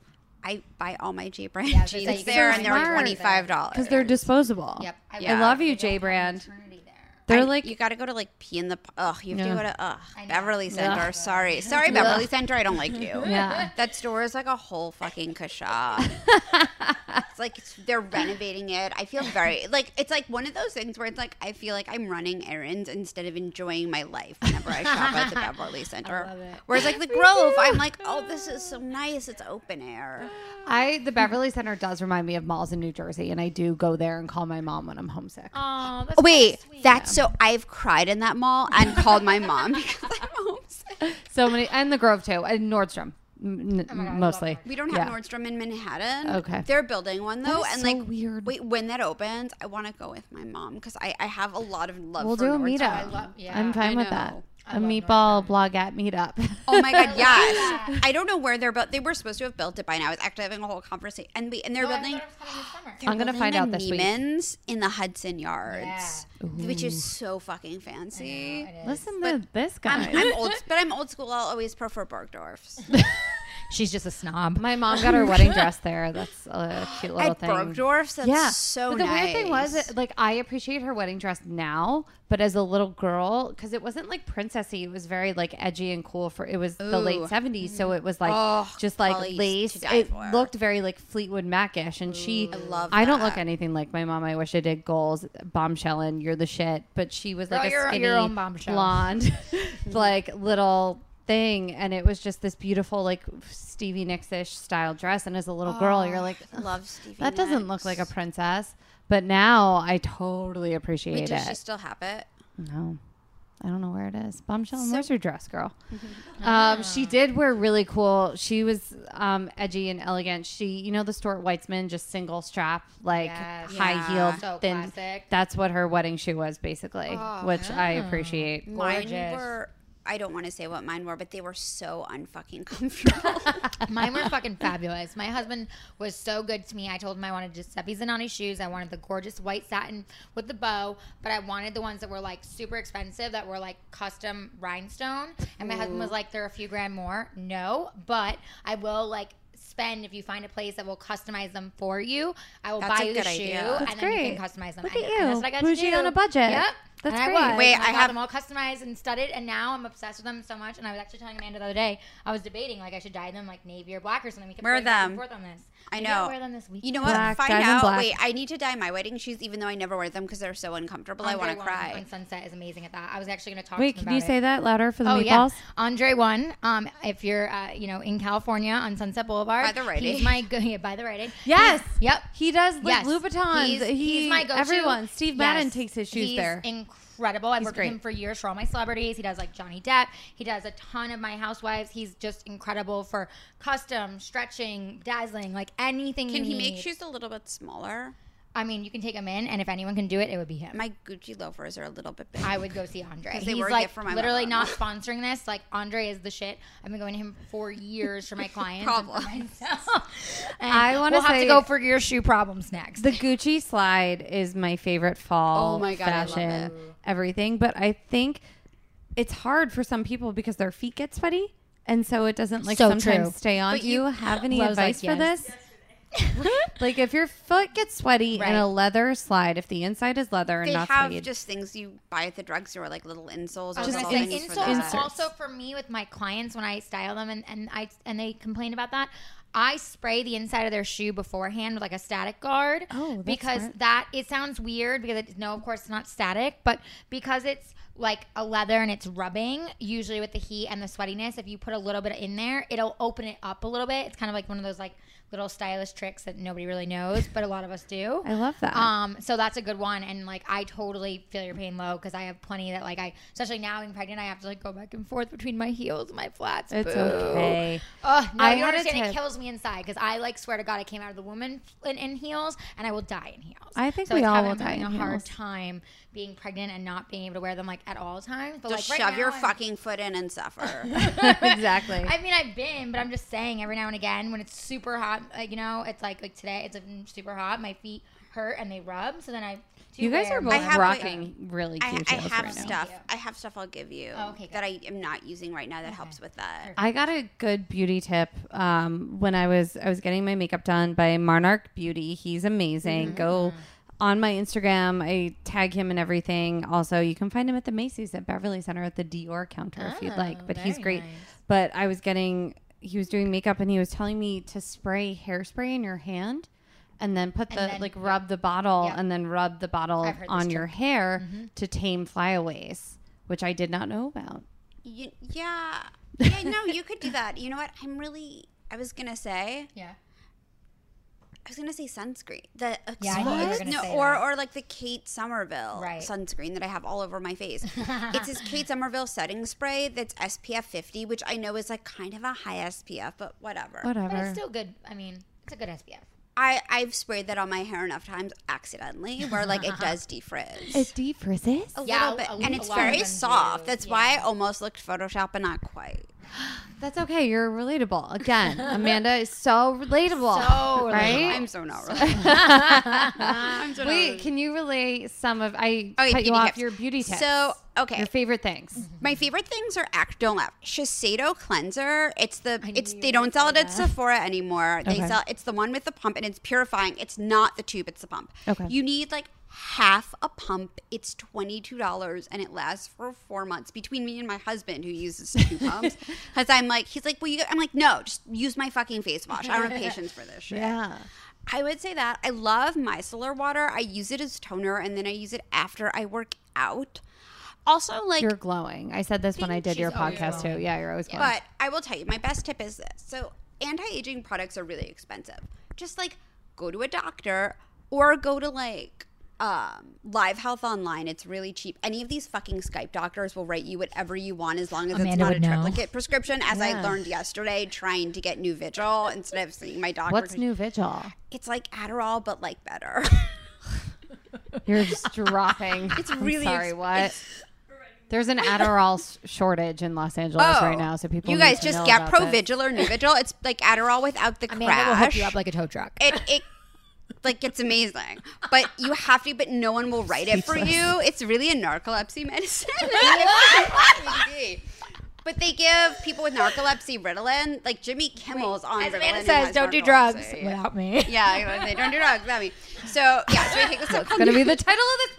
buy all my J brand Yeah, I was gonna say, jeans you can there, go and they're smart. twenty five dollars Because they're disposable. Yep. Uh, I, Yeah. love you, They J don't have Brand. maternity there. They're like, you got to go to like P in the. Ugh, you have Yeah. to go to ugh know. Beverly Center. Ugh. Sorry, sorry, Beverly Center. I don't like you. Yeah. that store is like a whole fucking kasha. it's like it's, they're renovating it. I feel very like it's like one of those things where it's like I feel like I'm running errands instead of enjoying my life whenever I shop at the Beverly Center. Whereas like the Grove, I'm like, oh, this is so nice. It's open air. I, the Beverly Center does remind me of malls in New Jersey. And I do go there and call my mom when I'm homesick. Oh, that's Oh, wait, so sweet. that's so. I've cried in that mall and called my mom because I'm homesick. So many, and the Grove too, and Nordstrom m- n- God, I love mostly. We don't have Yeah. Nordstrom in Manhattan. Okay. They're building one though, is and so like weird. Wait, when that opens, I want to go with my mom because I, I have a lot of love. We'll for do a Nordstrom. meetup. love- yeah, I'm fine I with that. know. A meatball blog at meetup. Oh my god, yes! I don't know where they're built. They were supposed to have built it by now. I was actually having a whole conversation, and we and they're Oh, I building. thought it was coming this summer. I'm gonna building find a out this week. Neiman's in the Hudson Yards, which is so fucking fancy. It is. Listen to this guy. I'm, I'm old, but I'm old school. I'll always prefer Bergdorf's. She's just a snob. My mom got her wedding dress there. That's a cute little At thing. Bergdorf's, that's yeah. so But the nice. weird thing was, like, I appreciate her wedding dress now, but as a little girl, because it wasn't like princessy, it was very like edgy and cool for. It was the late Ooh. '70s, so it was like Oh, just like Polly's lace. to die It for. looked very like Fleetwood Macish, and she. I love don't look that. anything like my mom. I wish I did goals, bombshell, and you're the shit. But she was like Girl, a you're- skinny, you're own bombshell. blonde, like little thing, and it was just this beautiful like Stevie Nicks ish style dress. And as a little girl, you're like, "Ugh, love Stevie. that doesn't Nicks. look like a princess. But now I totally appreciate Wait, does she it. still have it? No, I don't know where it is. Bombshell. and where's your dress, girl? um, she did wear really cool. She was um, edgy and elegant. She, you know, the Stuart Weitzman, just single strap, like Yes. high Yeah. heeled, So thin. classic. Oh. That's what her wedding shoe was, basically, which I appreciate. Mine Gorgeous. were. I don't want to say what mine were, but they were so unfucking comfortable. Mine were fucking fabulous. My husband was so good to me. I told him I wanted Giuseppe Zanoni shoes. I wanted the gorgeous white satin with the bow, but I wanted the ones that were like super expensive, that were like custom rhinestone. And my husband was like, they're a few grand more. No, but I will like spend if you find a place that will customize them for you. I will That's buy a you the good shoe idea. and That's then great. you can customize them. Look And at that's you. what I got Bougie to do. on a budget. Yep. That's and great. I was. Wait, And I, I got have- them all customized and studded, and now I'm obsessed with them so much. And I was actually telling Amanda the other day, I was debating like I should dye them like navy or black or something. We kept Wear going back and them. forth on this. I Maybe I'll know. wear them this week. You know what? Black, Find diamond out. black. Wait, I need to dye my wedding shoes, even though I never wear them because they're so uncomfortable. I want to Andre Wong cry. On Sunset is amazing at that. I was actually going to talk. Wait, to him can you about say it. that louder for the Oh yeah, meatballs? Andre One. Um, if you're uh, you know in California on Sunset Boulevard, By the Rite he's Aid. my go- yeah, by the Rite Aid. Yes. He's- yep. He does like Yes. Louboutins. He's, he, he's my go-to. Everyone. Steve Yes. Madden takes his shoes He's there. Incredible. I've worked great. with him for years for all my celebrities. He does like Johnny Depp. He does a ton of my housewives. He's just incredible for custom, stretching, dazzling, like anything. Can you he make need. shoes a little bit smaller? I mean, you can take him in, and if anyone can do it, it would be him. My Gucci loafers are a little bit big. I would go see Andre. 'Cause they He's were a like gift for my literally not mother-in-law. sponsoring this. Like Andre is the shit. I've been going to him for years for my clients. Problems. And for myself. And I wanna we'll have say- to go for your shoe problems next. The Gucci slide is my favorite fall Oh my God, I love fashion, it. everything. But I think it's hard for some people because their feet get sweaty. And so it doesn't like So sometimes true. stay on. But Do you you- have any Love's advice like, for yes. this? like if your foot gets sweaty and Right. a leather slide, if the inside is leather and They not have suede, just things you buy at the drugstore, like little insoles or I was Just little gonna say things ins- for insoles. that. inserts. Also, for me with my clients, when I style them and, and I and they complain about that, I spray the inside of their shoe beforehand with like a static guard. Oh, that's because smart. that it sounds weird because it, no, of course it's not static, but because it's like a leather and it's rubbing. Usually with the heat and the sweatiness, if you put a little bit in there, it'll open it up a little bit. It's kind of like one of those like little stylish tricks that nobody really knows, but a lot of us do. I love that. Um, so that's a good one, and like I totally feel your pain low because I have plenty that like I, especially now being pregnant, I have to like go back and forth between my heels and my flats. it's Boo. okay. Ugh, no, I I you had don't a understand. tip. It kills me inside because I like swear to God, I came out of the woman in, in heels, and I will die in heels. I think so we it's all having- will I'm die having in a hard heels. time being pregnant and not being able to wear them like at all times. But Just like right shove your now, I'm- fucking foot in and suffer. Exactly. I mean, I've been, but I'm just saying every now and again when it's super hot, like you know, it's like like today it's been super hot. My feet hurt and they rub, so then I. do you guys wear are them. both I have, like, rocking really I, cute I heels have right now. stuff. Thank you. I have stuff I'll give you Oh, okay, good. that I am not using right now that helps with that. I got a good beauty tip um, when I was I was getting my makeup done by Monarch Beauty. He's amazing. Go Mm-hmm. on my Instagram. I tag him and everything. Also, you can find him at the Macy's at Beverly Center at the Dior counter if you'd like. But he's Oh, very great. nice. But I was getting he was doing makeup and he was telling me to spray hairspray in your hand. And then put the then- like rub the bottle Yeah. and then rub the bottle heard this Mm-hmm. on your hair to tame flyaways, which I did not know about. You, yeah. Yeah, no, you could do that. You know what? I'm really. I was gonna say. Yeah. I was gonna say sunscreen. The Yeah, I thought you were exfoliant- gonna no, say or that. or like the Kate Somerville Right. sunscreen that I have all over my face. it's this Kate Somerville setting spray that's SPF 50, which I know is like kind of a high SPF, but whatever. But Whatever. it's still good. I mean, it's a good SPF. I I've sprayed that on my hair enough times accidentally, where like it does defrizz. It defrizzes. a Yeah, little bit, a- a and it's lot very than soft. you, That's yeah. why I almost looked Photoshop, but not quite. That's okay. You're relatable. Again, Amanda is so relatable. So right? I'm so not really. Wait, can you relay some of I Okay, cut beauty you off tips. your beauty tips? So, okay. Mm-hmm. your favorite things. My favorite things are act don't laugh. Shiseido cleanser. It's the it's they don't sell it at Sephora anymore. They Okay. sell it's the one with the pump and it's purifying. It's not the tube, it's the pump. Okay. You need like half a pump. It's twenty two dollars and it lasts for four months. Between me and my husband who uses two pumps, because I'm like he's like, well, you. I'm like, no, just use my fucking face wash. I don't have patience for this shit. I would say that. I love micellar water. I use it as toner and then I use it after I work out. Also, like you're glowing. I said this when I did your always podcast too. Yeah, you're always glowing. but I will tell you, my best tip is this. So, anti aging products are really expensive. Just like go to a doctor or go to like um, Live Health Online. It's really cheap. Any of these fucking Skype doctors will write you whatever you want as long as it's Amanda not a would know. triplicate prescription. As I Yeah. learned yesterday, trying to get New Vigil instead of seeing my doctor. What's new vigil? It's like Adderall, but like better. You're just dropping. It's I'm really sorry. ex- what? There's an Adderall s- shortage in Los Angeles right now, so people Oh, you need guys to just know get about Pro this. Vigil or New Vigil. It's like Adderall without the Amanda crash. will hook you up like a tow truck. it it like it's amazing. But you have to but no one will write it for you. It's really a narcolepsy medicine. but they give people with narcolepsy Ritalin, like Jimmy Kimmel's on As Ritalin. Amanda who says, has don't do narcolepsy." drugs Yeah. without me. Yeah, they don't do drugs. I mean, so yeah, so I take this stuff It's gonna be the title of this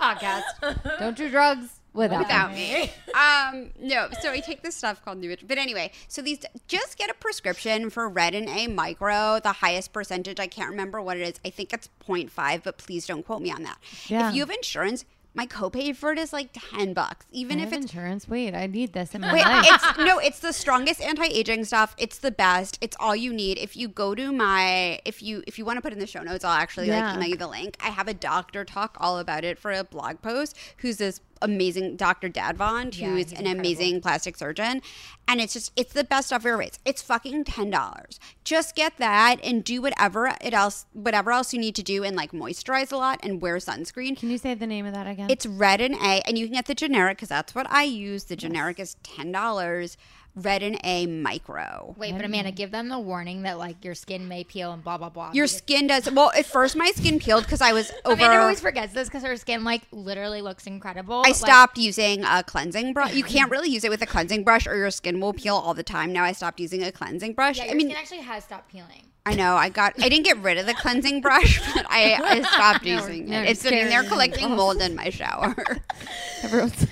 podcast. Don't do drugs without. without me. me. Um, no, so I take this stuff called Nuvitro. But anyway, so these just get a prescription for Retin A micro, the highest percentage. I can't remember what it is. I think it's 0.5, but please don't quote me on that. Yeah. If you have insurance, my copay for it is like 10 bucks, even I if have it's insurance. Wait, I need this in my Wait, life. it's no, it's the strongest anti-aging stuff. It's the best. It's all you need. If you go to my if you if you want to put in the show notes, I'll actually Yeah. like email you the link. I have a doctor talk all about it for a blog post who's this amazing Dr. Dadvond, Yeah, who is he's an incredible. amazing plastic surgeon. And it's just it's the best stuff ever. It's it's fucking ten dollars. Just get that and do whatever it else whatever else you need to do and like moisturize a lot and wear sunscreen. Can you say the name of that again? It's red and A, and you can get the generic because that's what I use. The generic is ten dollars. Red and A micro. Wait, but Amanda, give them the warning that like your skin may peel and blah blah blah. Your Because- skin does well. At first, my skin peeled because I was over. Amanda always forgets this because her skin like literally looks incredible. I Like, stopped using a cleansing brush. You can't really use it with a cleansing brush, or your skin will peel all the time. Now I stopped using a cleansing brush. yeah, your I mean, skin actually has stopped peeling. I know I got. I didn't get rid of the cleansing brush, but I, I stopped No, using no, it. It's sitting there scary. collecting mold in my shower. Everyone's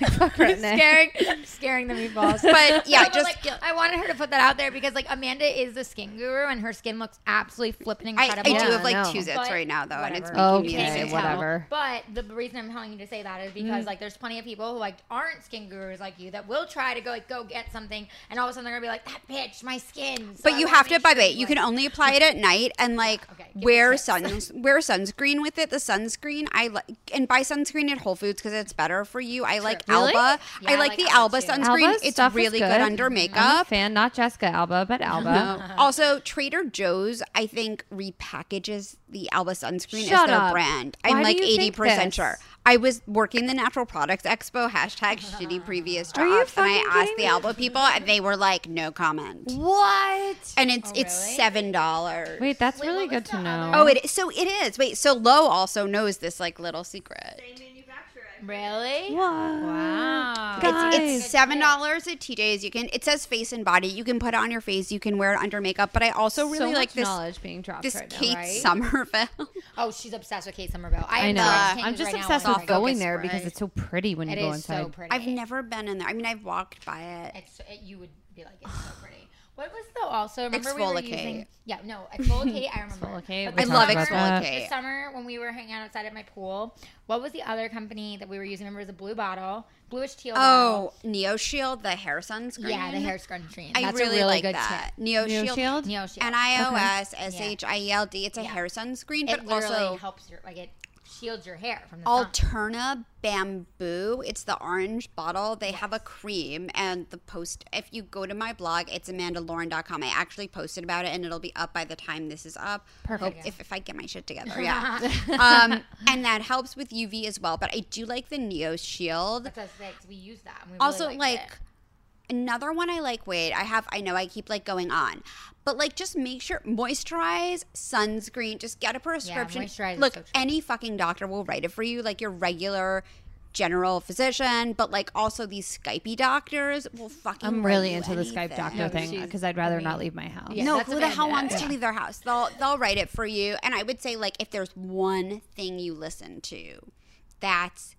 like, fuck Renee. Scaring, scaring the meatballs. But yeah, No, just like, I wanted her to put that out there because like Amanda is the skin guru and her skin looks absolutely flipping I, I incredible. do Yeah, have like no. two zits But right now though, and it's whatever. making me Okay, insane. Can't tell. whatever. But the reason I'm telling you to say that is Mm. because like there's plenty of people who like aren't skin gurus like you that will try to go like go get something and all of a sudden they're gonna be like that bitch my skin. So But I you wanna have to, make by sure the way, that, you like- can only apply it at night and like Okay, give me wear tips. sun wear sunscreen with it. The sunscreen I like and buy sunscreen at Whole Foods because it's better for you. I like Really? Alba. Yeah, I I like like the Alba, Alba too. sunscreen. Alba's it's stuff is really good. good. Mm-hmm. under I'm a makeup. fan, not Jessica Alba, but Alba. Uh-huh. Uh, Also, Trader Joe's I think repackages the Alba sunscreen Shut as their up. brand. Why I'm do like you eighty think percent this? sure. I was working the Natural Products Expo hashtag shitty previous you jobs, and I fucking asked kidding the me? Alba people, and they were like, "No comment." What? And it's it's really? seven dollars. Wait, that's Wait, really what was good to the know. other- Oh, it is. So it is. Wait, so Lo also knows this like little secret. Same manufacturer. really. What? Wow. Guys. It's seven dollars at TJ's. You can. It says face and body. You can put it on your face. You can wear it under makeup. But I also really so much like this knowledge being dropped this right now, Kate right? Somerville. Oh, she's obsessed with Kate Somerville. I, I have know. no idea. uh, I'm Can't just right now obsessed while with I'm going focus, there because right? it's so pretty when you It go is inside. so pretty. I've never been in there. I mean, I've walked by it. It's, it, you would be like, it's so pretty. What was the also? Remember we were Exfoliate. using? Yeah, no, exfoliate. I remember. Exfoliate, But we the I love summer- exfoliate. The summer when we were hanging out outside at my pool, what was the other company that we were using? Remember, it was a blue bottle, bluish teal. Oh, Neo Shield, the hair sunscreen. bottle. yeah, the hair sunscreen. I That's really, a really like good that. tip. Neo Neo Shield? Neo Shield. N I O S S H I E L D. It's a Yeah. hair sunscreen, it but literally also helps your like it shields your hair from the sun. Alterna Bamboo. It's the orange bottle. They have a cream, and the post, if you go to my blog, it's amandalauren.com. I actually posted about it, and it'll be up by the time this is up. Perfect. if, if I get my shit together, yeah. um, and that helps with UV as well, but I do like the Neo Shield. That's what I was saying, 'cause we use that. and we Also, really like, liked it. another one I like, wait, I have, I know I keep like going on, but like just make sure moisturize, sunscreen, just get a prescription. moisturize is Look, so true. any fucking doctor will write it for you, like your regular general physician, but like also these Skypey doctors will fucking. I'm write really you into the Skype anything. doctor thing she's- because I'd rather not leave my house. Yeah. No, that's who the hell Amanda. wants to leave their house? They'll they'll write it for you. And I would say like if there's one thing you listen to, that's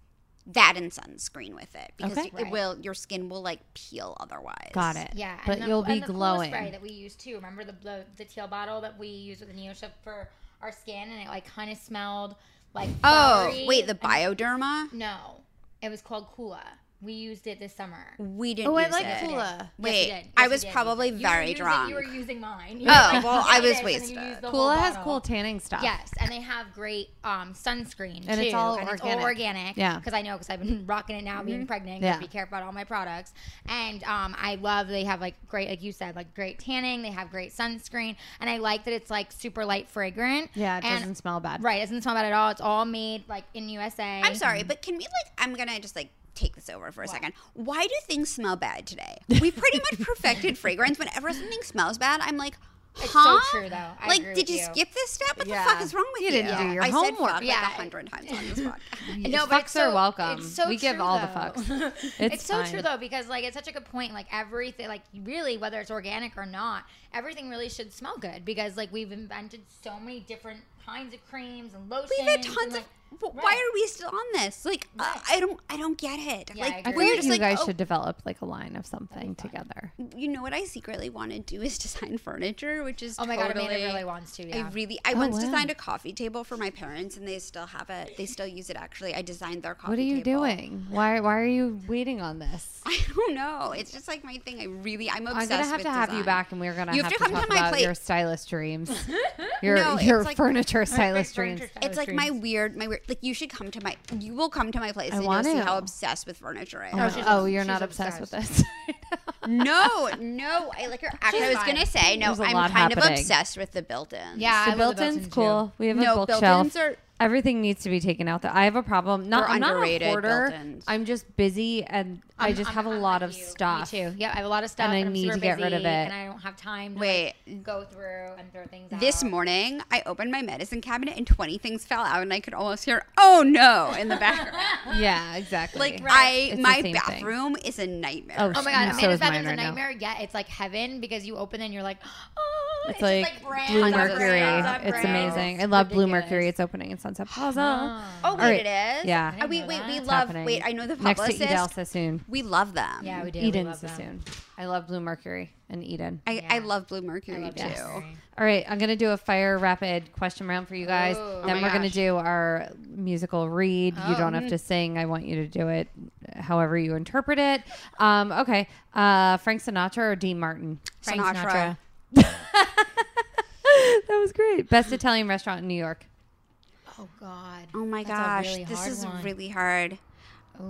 that and sunscreen with it because Okay. it Right. will your skin will like peel otherwise. Got it. Yeah, But and the- you'll be and the pool glowing. Spray that we use too. Remember the the, the teal bottle that we used with the NeoShip for our skin, and it like kind of smelled like. Oh, flowery wait, the and- Bioderma? No, it was called Kula. We used it this summer. We didn't. Oh, I use like it. Kula. Yes, Wait, you did. Yes, I you was did. probably You were very using- drunk. You were using mine. You Oh, were like, well, "Get I was this," and then you wasted. used the whole Kula has bottle. cool tanning stuff. Yes, and they have great um, sunscreen And too, it's all and it's all organic. organic. Yeah. Mm-hmm. because I know because I've been rocking it now, being pregnant. Yeah. Yeah, be careful about all my products. And um, I love they have like great, like you said, like great tanning. They have great sunscreen, and I like that it's like super light fragrant. Yeah, it And- doesn't smell bad. Right, it doesn't smell bad at all. It's all made like in USA. I'm Mm-hmm. sorry, but can we like? I'm gonna just like take this over for a second. Why do things smell bad today? We pretty much perfected fragrance. Whenever something smells bad, I'm like, so huh? true, though. I like, agree did with you you. skip this step? What Yeah. the fuck is wrong with you? didn't do your I homework. said fuck Yeah. like a hundred times on this podcast. No, Fucks but it's so, are welcome. It's so We give true, all the though. fucks. It's, It's so fine. true though because like it's such a good point. Like everything, like really, whether it's organic or not, everything really should smell good because like we've invented so many different kinds of creams and lotions. We've had and, tons like- of. But why Right. are we still on this? Like, uh, Right. I don't, I don't get it. Yeah, I like, agree. I feel We're like just you like, guys oh, should develop like a line of something together. You know what I secretly want to do is design furniture, which is Oh my totally, god, Amanda really wants to. Yeah. I really I once Oh, wow. designed a coffee table for my parents and they still have it. They still use it actually. I designed their coffee What are you table. doing? Why why are you waiting on this? I don't know. It's just like my thing. I really I'm obsessed I'm gonna have with to have you design. back, and we're gonna You have, have to to, come talk to my about plate. your stylist dreams, your No, it's your like- furniture stylist furniture dreams. stylist. It's like my weird my weird like you should come to my you will come to my place I and want you'll see to. how obsessed with furniture I am. Oh, she's oh, obs- you're she's not obsessed, with this. no, no. I like her act. I was fine. gonna say no, There's a I'm lot kind of happening. obsessed with the built in. yeah, the built-in's cool. We have No, a built-ins bookshelf. are- Everything needs to be taken out. There, I have a problem. Not They're I'm not a underrated hoarder. built-ins. I'm just busy, and i just have a lot of Me stuff. too. Yeah, I have a lot of stuff, And I I'm need super to get rid of busy, it. And I don't have time. To, like, go through and throw things out. This morning, I opened my medicine cabinet and 20 things fell out, and I could almost hear, oh no, in the background. Yeah, exactly. Like Right. I, It's the my same thing. bathroom is a nightmare. Oh, Oh my No. god, So is mine Amanda's bedroom's a right now. nightmare. Yeah, it's like heaven because you open and you're like, oh, It's, it's, like, just like brands Blue on Mercury. brands on It's brands. amazing. I love Blue ridiculous. Mercury. It's opening in Sunset Plaza. oh, wait, All right. it is. Yeah. I Oh, didn't we know wait, we It's love. happening. Wait, I know the next to publicist. Edel Sassoon. we love them. Yeah, we do. Eden we love them. Sassoon. I love Blue Mercury and Eden. I, I Yeah. love Blue Mercury love too. Blue Mercury. All right, I'm gonna do a fire rapid question round for you guys. Ooh. Oh then my we're gonna gosh. do our musical read. You don't Um. have to sing. I want you to do it however you interpret it. Um, okay, uh, Frank Sinatra or Dean Martin? Frank Sinatra. Sinatra. That was great. Best Italian restaurant in New York. Oh god. Oh my That's a gosh, really this hard is one. really hard. Ooh. Um, I'm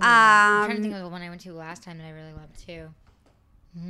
trying to I'm think of the one I went to last time that I really loved too.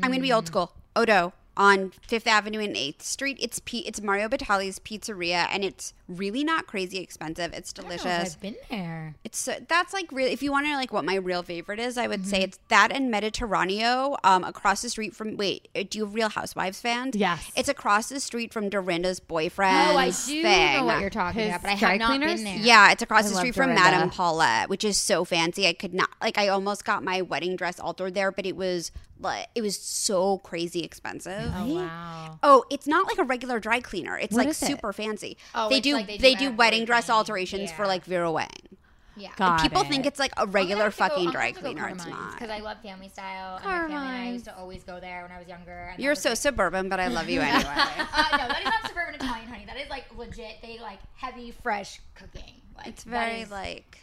gonna Mm. be old school. Odo on Fifth Avenue and Eighth Street. It's P- it's Mario Batali's pizzeria, and it's really not crazy expensive. It's I don't delicious. know if I've been there. It's so, that's like real. If you want to like what my real favorite is, I would say Mm-hmm. it's that and Mediterraneo. Um, across the street from wait, uh, do you have Real Housewives fans? Yes. It's across the street from Dorinda's boyfriend. Oh, I do thing. know what you're talking His about, but I dry have not cleaners? been there. Yeah, it's across the I love street from Dorinda. Madame Paula, which is so fancy. I could not like. I almost got my wedding dress altered there, but it was like it was so crazy expensive. Oh wow. Oh, it's not like a regular dry cleaner. It's like is it? super fancy. Oh, they, it's do, like they they do do wedding dress everything. alterations for Yeah. like Vera Wang. Yeah. Got People it. think it's like a regular fucking dry cleaner. It's not. because I love family style. And my family and I used to always go there when I was younger. and that You're was, so like, suburban, but I love you anyway. uh, no, that is not suburban Italian, honey. That is like legit. They like heavy, fresh cooking. Like, it's that very is- like.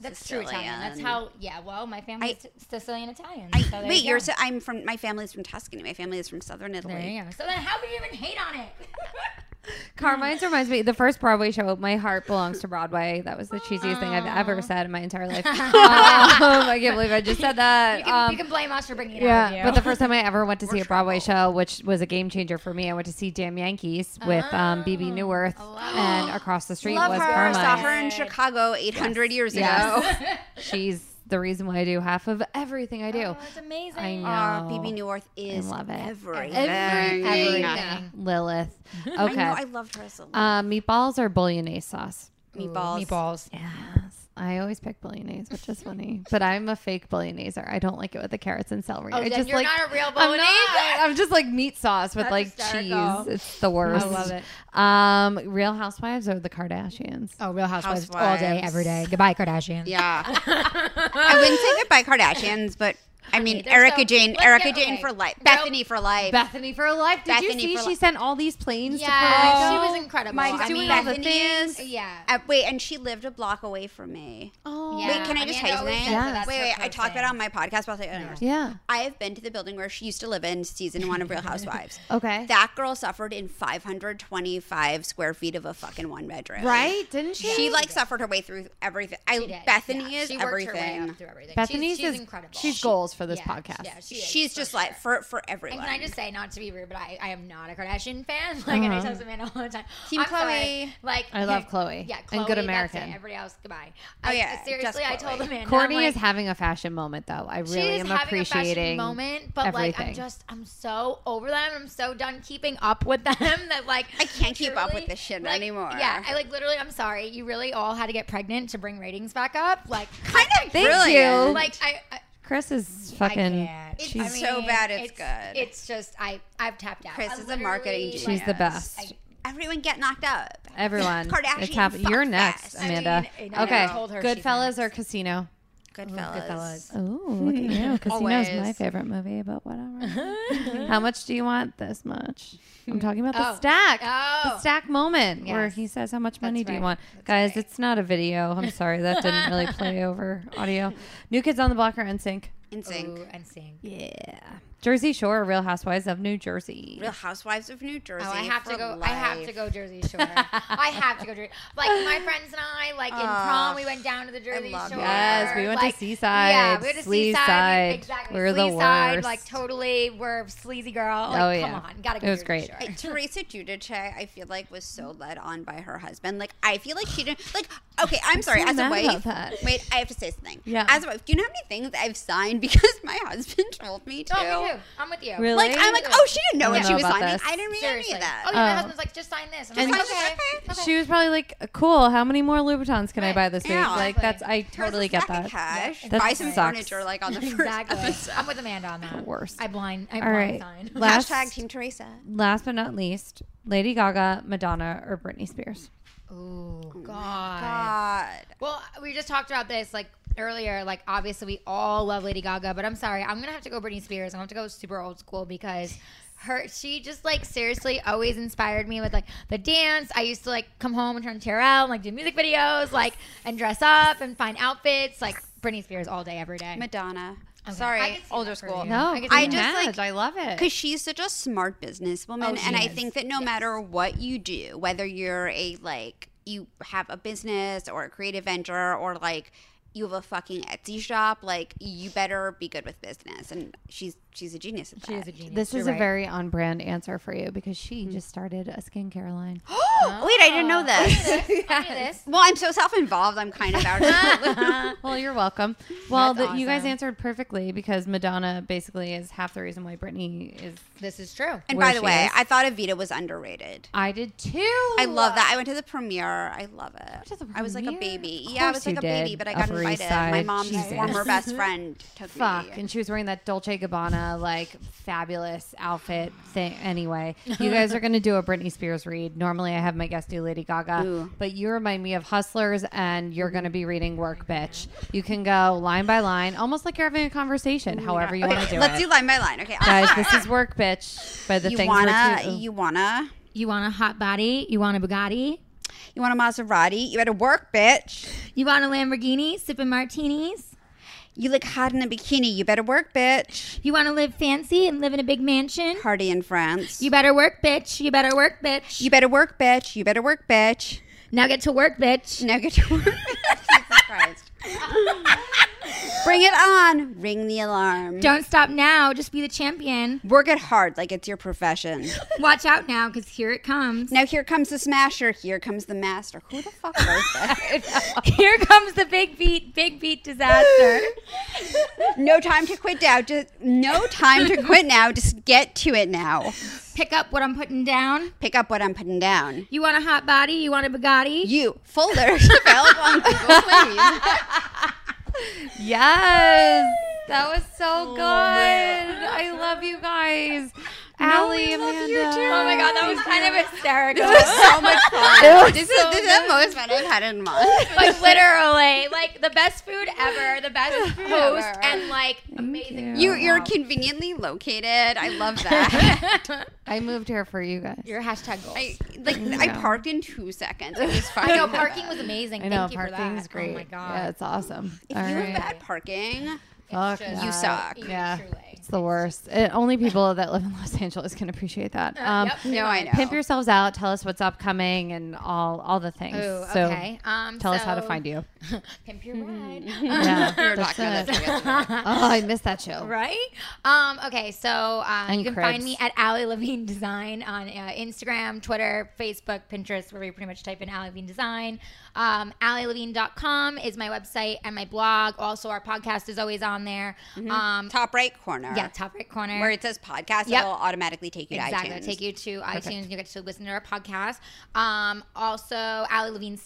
that's true Italian. That's Sicilian. how. Yeah. Well, my family's I- Sicilian Italian. so there Wait, you you're go. so, I'm from my family's from Tuscany. My family is from southern Italy. There you go. So then, how can you even hate on it? Carmine's reminds me the first Broadway show. My heart belongs to Broadway. That was the cheesiest thing I've ever said in my entire life. um, I can't believe I just said that. you, can, um, you can blame us for bringing it up. Yeah, but the first time I ever went to see a Broadway show, which was a game changer for me, I went to see Damn Yankees with um, BB Newirth, and across the street Love was Oh. her. Saw her Carmine. in Chicago 800 years Yes. ago. She's the reason why I do half of everything I Oh, do. That's amazing. I know. Uh, BB Newirth is love it. everything. Everything. Everything. Lilith. Okay. Oh, I know. I loved her as a little uh, meatballs or bolognese sauce? meatballs. Meatballs. Yes. I always pick bolognese, which is funny. but I'm a fake bolognese. I don't like it with the carrots and celery. Oh, I then just you're like not a real I'm bolognese. not. I'm just like meat sauce with That's like hysterical. cheese. It's the worst. I love it. Um, Real Housewives or the Kardashians? Oh, Real Housewives, all day, Housewives. every day. Goodbye, Kardashian. Yeah. I wouldn't say they're by Kardashians, but I mean, they're Erica so- Jane, let's Erica get- Jane okay. for life, Real- Bethany for life. Bethany for life. Did Bethany you for see she Life. sent all these planes to Yeah, she Puerto was Rico? incredible. Mike's I doing mean, all the Bethany- things. Yeah. Uh, wait, and she lived a block away from me. Oh, Yeah. Wait, can I just Amanda tell you always something? says that that's Wait, her wait. I code talked about it thing. on my podcast, but I'll say it on yours. yeah. I have been to the building where she used to live in season one of Real Housewives. Okay. That girl suffered in 525 square feet of a fucking one bedroom. right? Didn't she? She like suffered her way through everything. I She did, Bethany yeah. is she worked Her way everything. up through everything. Bethany's she's, she's is- incredible. she's goals for this Yeah, podcast. Yeah, she is, She's for just sure. like for for everyone. And can I just say, not to be rude, but I, I am not a Kardashian fan. Like, and I tell Samantha all the time. Team I'm sorry. Khloe. Like, Uh-huh. I love Khloe. Yeah, And Chloe, Good that's it. American. Everybody else, goodbye. Oh, I, yeah, Seriously, just I told Khloe. Amanda. Courtney I'm like, is having a fashion moment, though. I she really is am having a fashion appreciating moment, but like I'm everything. just I'm so over them. I'm so done keeping up with them that like I can't keep up with truly, this shit like, anymore. Yeah, I like literally. I'm sorry, you really all had to get pregnant to bring ratings back up. Like kind of Thank brilliant. you. like I. I Chris is I fucking. can't. she's- I so bad it's good. It's just I I've tapped out. Chris I'm is a marketing literally, genius. She's the best. I- Everyone get knocked up. Everyone, Kardashian it's happening. You're fuckface. next, I Amanda. mean, I okay, told her she's Goodfellas next. or Casino? Goodfellas. Oh, look at you! Casino's my Always. favorite movie, but whatever. How much do you want? This much. I'm talking about the Oh. stack, the Oh. stack moment where Yes. he says, "How much money That's do you right. want?" That's Guys, right. it's not a video. I'm sorry, that didn't really play over audio. New Kids on the Block or NSYNC? In sync. Ooh, and sing. Yeah. Jersey Shore or Real Housewives of New Jersey? Real Housewives of New Jersey. Oh, I have for to go. I have to life. go Jersey Shore. I have to go Jersey. Like my friends and I, like in Aw, prom, we went down to the Jersey love Shore. it. Yes, we went to Like, Seaside, Yeah, we went to Sleaside. Seaside. Exactly. We're the Sleaside, worst. Like totally, we're sleazy girl. Like, Oh, yeah. Come on, gotta go. It was Jersey great. Shore. Like, Teresa Giudice, I feel like was so led on by her husband. Like I feel like she didn't like. Okay, I'm sorry. so as a mad wife, about that. wait, I have to say something. Yeah. As a wife, do you know how many things I've signed because my husband told me to? Oh, me too. I'm with you. Really? Like I'm like, oh, she didn't know I what know she was about signing. this. I didn't read Seriously. any of that. Oh yeah, my Oh. husband's like, just sign this. I'm And- like, Okay, okay. okay. okay. She was probably like, "Cool. How many more Louboutins can I Right. buy this week?" Yeah. Like that's I totally Here's a stack get that. of Cash. That Buy some sucks. furniture like on the first Exactly. episode. I'm with Amanda on that. Worst. I blind. I All blind right. sign. Last, Hashtag Team Teresa. last but not least, Lady Gaga, Madonna, or Britney Spears. Ooh, God. God. Well, we just talked about this like earlier. Like, obviously, we all love Lady Gaga, but I'm sorry, I'm gonna have to go Britney Spears. I'm gonna have to go super old school because her she just like seriously always inspired me with like the dance. I used to like come home and turn on TRL and like do music videos, like and dress up and find outfits like Britney Spears all day, every day. Madonna. Okay. I Sorry, can see older that for school. you. No, I I, could see just that. like I love it. Because she's such a smart businesswoman, Eh. Oh, she and I is. think that no matter what you do, whether you're a like you have a business or a creative venture or like you have a fucking Etsy shop, like you better be good with business. And she's she's a genius at that. She is a genius. this You're is a right. very on brand answer for you because she just started a skincare line. oh, wait, I didn't know Ah. this. I knew this. well, I'm so self involved. I'm kind of out of the loop. well, you're welcome. Well, That's the, you guys awesome. answered perfectly because Madonna basically is half the reason why Britney is. This is true. And Where by the she way, is. I thought Evita was underrated. I did too. I love that. I went to the premiere. I love it. to the I was like a premiere? baby. Of Yeah, I course was you like a baby, did, but I got Upper East invited. My Side. mom's Jesus. former best friend took Fuck. me. And she was wearing that Dolce Gabbana, like, fabulous outfit thing. Anyway, you guys are going to do a Britney Spears read. Normally, I have my guest do Lady Gaga, Ooh. but you remind me of Hustlers, and you're going to be reading Work Bitch. You can go line by line, almost like you're having a conversation, however you want to do Let's it. do line by line. Okay, guys, this is Work Bitch by the you things wanna, we're too- you wanna, You want a hot body? You want a Bugatti? you want a Maserati? You better work, bitch. You want a Lamborghini? Sipping martinis? You look hot in a bikini. You better work, bitch. You want to live fancy and live in a big mansion? Party in France. You better work, bitch. You better work, bitch. you better work, bitch. You better work, bitch. now get to work, bitch. Now get to work. Jesus Christ. Bring it on. Ring the alarm. Don't stop now. Just be the champion. Work it hard like it's your profession. Watch out now, because here it comes. Now here comes the smasher. Here comes the master. Who the fuck wrote that? Here comes the big beat, big beat disaster. no time to quit now. Just no time to quit now. Just get to it now. Pick up what I'm putting down. Pick up what I'm putting down. You want a hot body? You want a Bugatti? You folder develop on Google, please. Oh, Yes. That was so good. I love you guys. Allie, Amanda. Oh my god, that was kind of hysterical. so much fun. this is this is the most fun I've had in months. like literally, like the best food ever, the best host, ever. and like amazing. You you're conveniently located. I love that. I moved here for you guys. Your hashtag goals. I like I parked in two seconds. It was fun. I know parking was amazing. I know Thank you for parking that. is great. Oh my god. Yeah, it's awesome. If All you right. have bad parking, Fuck just- you that. suck. Yeah. Truly. It's the worst. It, only people that live in Los Angeles can appreciate that. Um, Uh, yep. No, I know. Pimp yourselves out. Tell us what's upcoming and all all the things. Ooh, so okay. Um, tell us how to so- find you. Mm-hmm. Pimp your ride. Yeah, we were that's talking about it. this. I guess. Oh, I missed that show. right? Um, okay, so uh, And you can cribs. find me at Allie Levine Design on uh, Instagram, Twitter, Facebook, Pinterest, where we pretty much type in Allie Levine Design. Um, AllieLevine.com is my website and my blog. Also, our podcast is always on there. Mm-hmm. Um, Top right corner. yeah, top right corner. Where it says podcast, Yep. it'll automatically take you Exactly. to iTunes. It'll Take you to iTunes. You get to listen to our podcast. Um, also,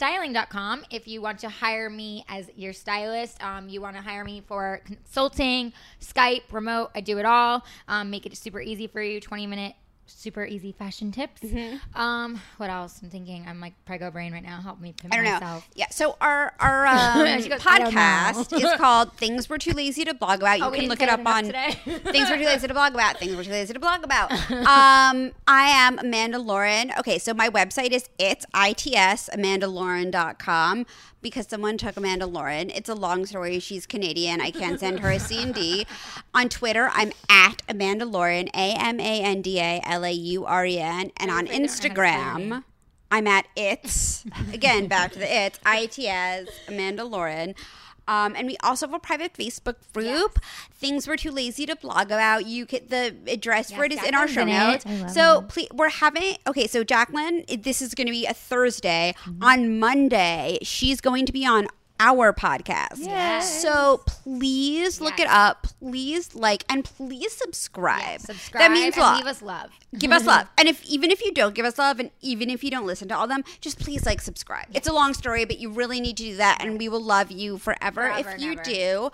AllieLevineStyling.com. If you want to hire me as your stylist, um, you want to hire me for consulting, Skype, remote, I do it all. Um, make it super easy for you. 20 minute super easy fashion tips. Mm-hmm. Um, what else? I'm thinking I'm like prego brain right now. Help me pimp I don't know. myself. Yeah. So our our um, She goes, "I don't know." podcast is called "Things We're Too Lazy to Blog About." You Oh, we can didn't look say it it up enough on today. "Things We're Too Lazy to Blog About." Things We're Too Lazy to Blog About. Um, I am Amanda Lauren. Okay, so my website is it's its amandalauren.com because someone took Amanda Lauren. It's a long story. She's Canadian. I can't send her a C and D. On Twitter, I'm at Amanda Lauren. A M A N D A L A U R E N, and on Instagram. I'm at its again back to the its its Amanda Lauren. Um, and we also have a private Facebook group. Things we're too lazy to blog about. You can the address for it is in our show notes. Jacqueline's in it. I love So please, we're having okay. So Jacqueline, i- this is going to be a Thursday. On Monday, she's going to be on our podcast. Yes. So please look Yes. it up. Please like and please subscribe. Subscribe That means a and lot leave us love. give us love and if even if you don't give us love and even if you don't listen to all them just please like subscribe it's a long story but you really need to do that and we will love you forever, Forever if you and do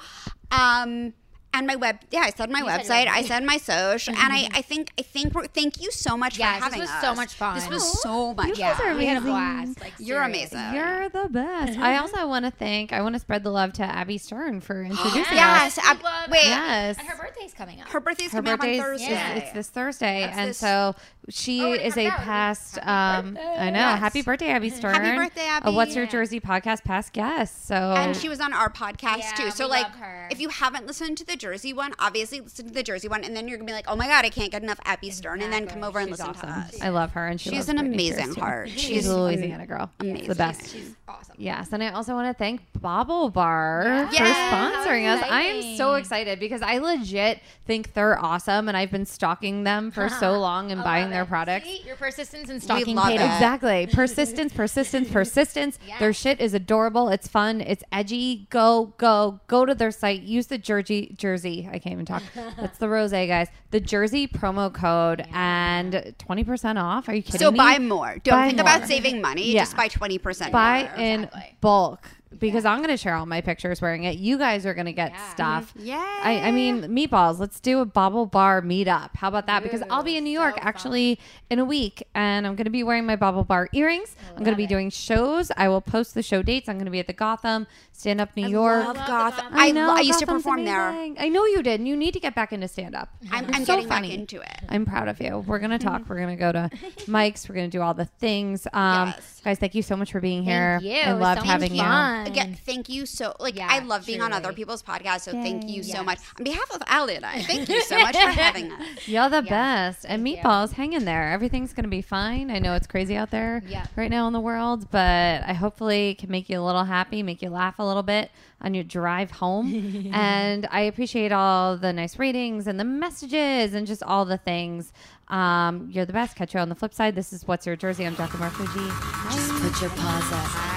um and my web yeah i said my website i said my social and i i think i think we're thank you so much Yes, for having Mm-hmm. this was us. so much fun. this was so much guys fun. are We had a amazing. blast. Like, you're serious. amazing You're the best. I also want to thank. I want to spread the love to Abby Stern for introducing us. yes Yes, we ab- love- wait Yes. And her birthday's coming up. her birthday's her coming up on birthday thursday is it's this Thursday, and this- so she Oh, it is comes a out. past. Happy Um, I know. Yes. Happy birthday, Abby Stern. birthday, A What's Your Abby. Jersey podcast past guest. So and she was on our podcast Yeah, too. So we like, love her. if you haven't listened to the Jersey one, obviously listen to the Jersey one, and then you're gonna be like, oh my god, I can't get enough Abby Stern, and then come over and She's listen awesome. to us. I love her, and she She's loves an Britney amazing Spears, too. heart. She's, She's a Louisiana girl. amazing. The best. She's awesome. Yes, and I also want to thank Bobble Bar for Yeah, how sponsoring us. I am exciting. so excited because I legit think they're awesome, and I've been stalking them for so long and I buying love their it. products. Oh, See, your persistence and stalking love paid it. off. Exactly. Persistence, persistence, persistence. Yeah. Their shit is adorable. It's fun. It's edgy. Go, go, go to their site. Use the Jersey Jersey. I can't even talk. That's the rose, guys. The Jersey promo code and twenty percent off. Are you kidding So me? buy more. Don't Buy think more. about saving money. Yeah. Just buy twenty percent. buy more. in bulk because I'm going to share all my pictures wearing it. You guys are going to get Yeah. stuff. Yeah. I, I mean, meatballs. Let's do a bobble bar meetup. How about that? Because I'll be in New York actually in a week and I'm going to be wearing my bobble bar earrings. I'm going to be doing shows. I will post the show dates. I'm going to be at the Gotham, Stand Up New York. Love the Gotham. Gotham. I, lo- I used to Gotham's perform there. amazing. I know you did. And you need to get back into stand up. I'm, I'm so getting funny. back into it. I'm proud of you. We're gonna talk. We're gonna go to Mike's. We're gonna do all the things. Um, Yes. guys, thank you so much for being here. Thank you. I It was loved so much having you. fun. Again, thank you so like Yeah, I love being on other truly. people's podcasts, so thank you so Yes. much. On behalf of Allie and I, thank you so much for having us. You're the best. And meatballs, hang in there. Everything's gonna be fine. I know it's crazy out there Yeah. right now in the world, but I hopefully can make you a little happy, make you laugh a little bit on your drive home. and I appreciate all the nice ratings and the messages and just all the things. Um, you're the best. Catch you on the flip side. This is what's your jersey. I'm Giacomo Fuji. Just put your paws up.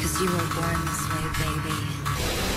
Cause you were born this way, baby.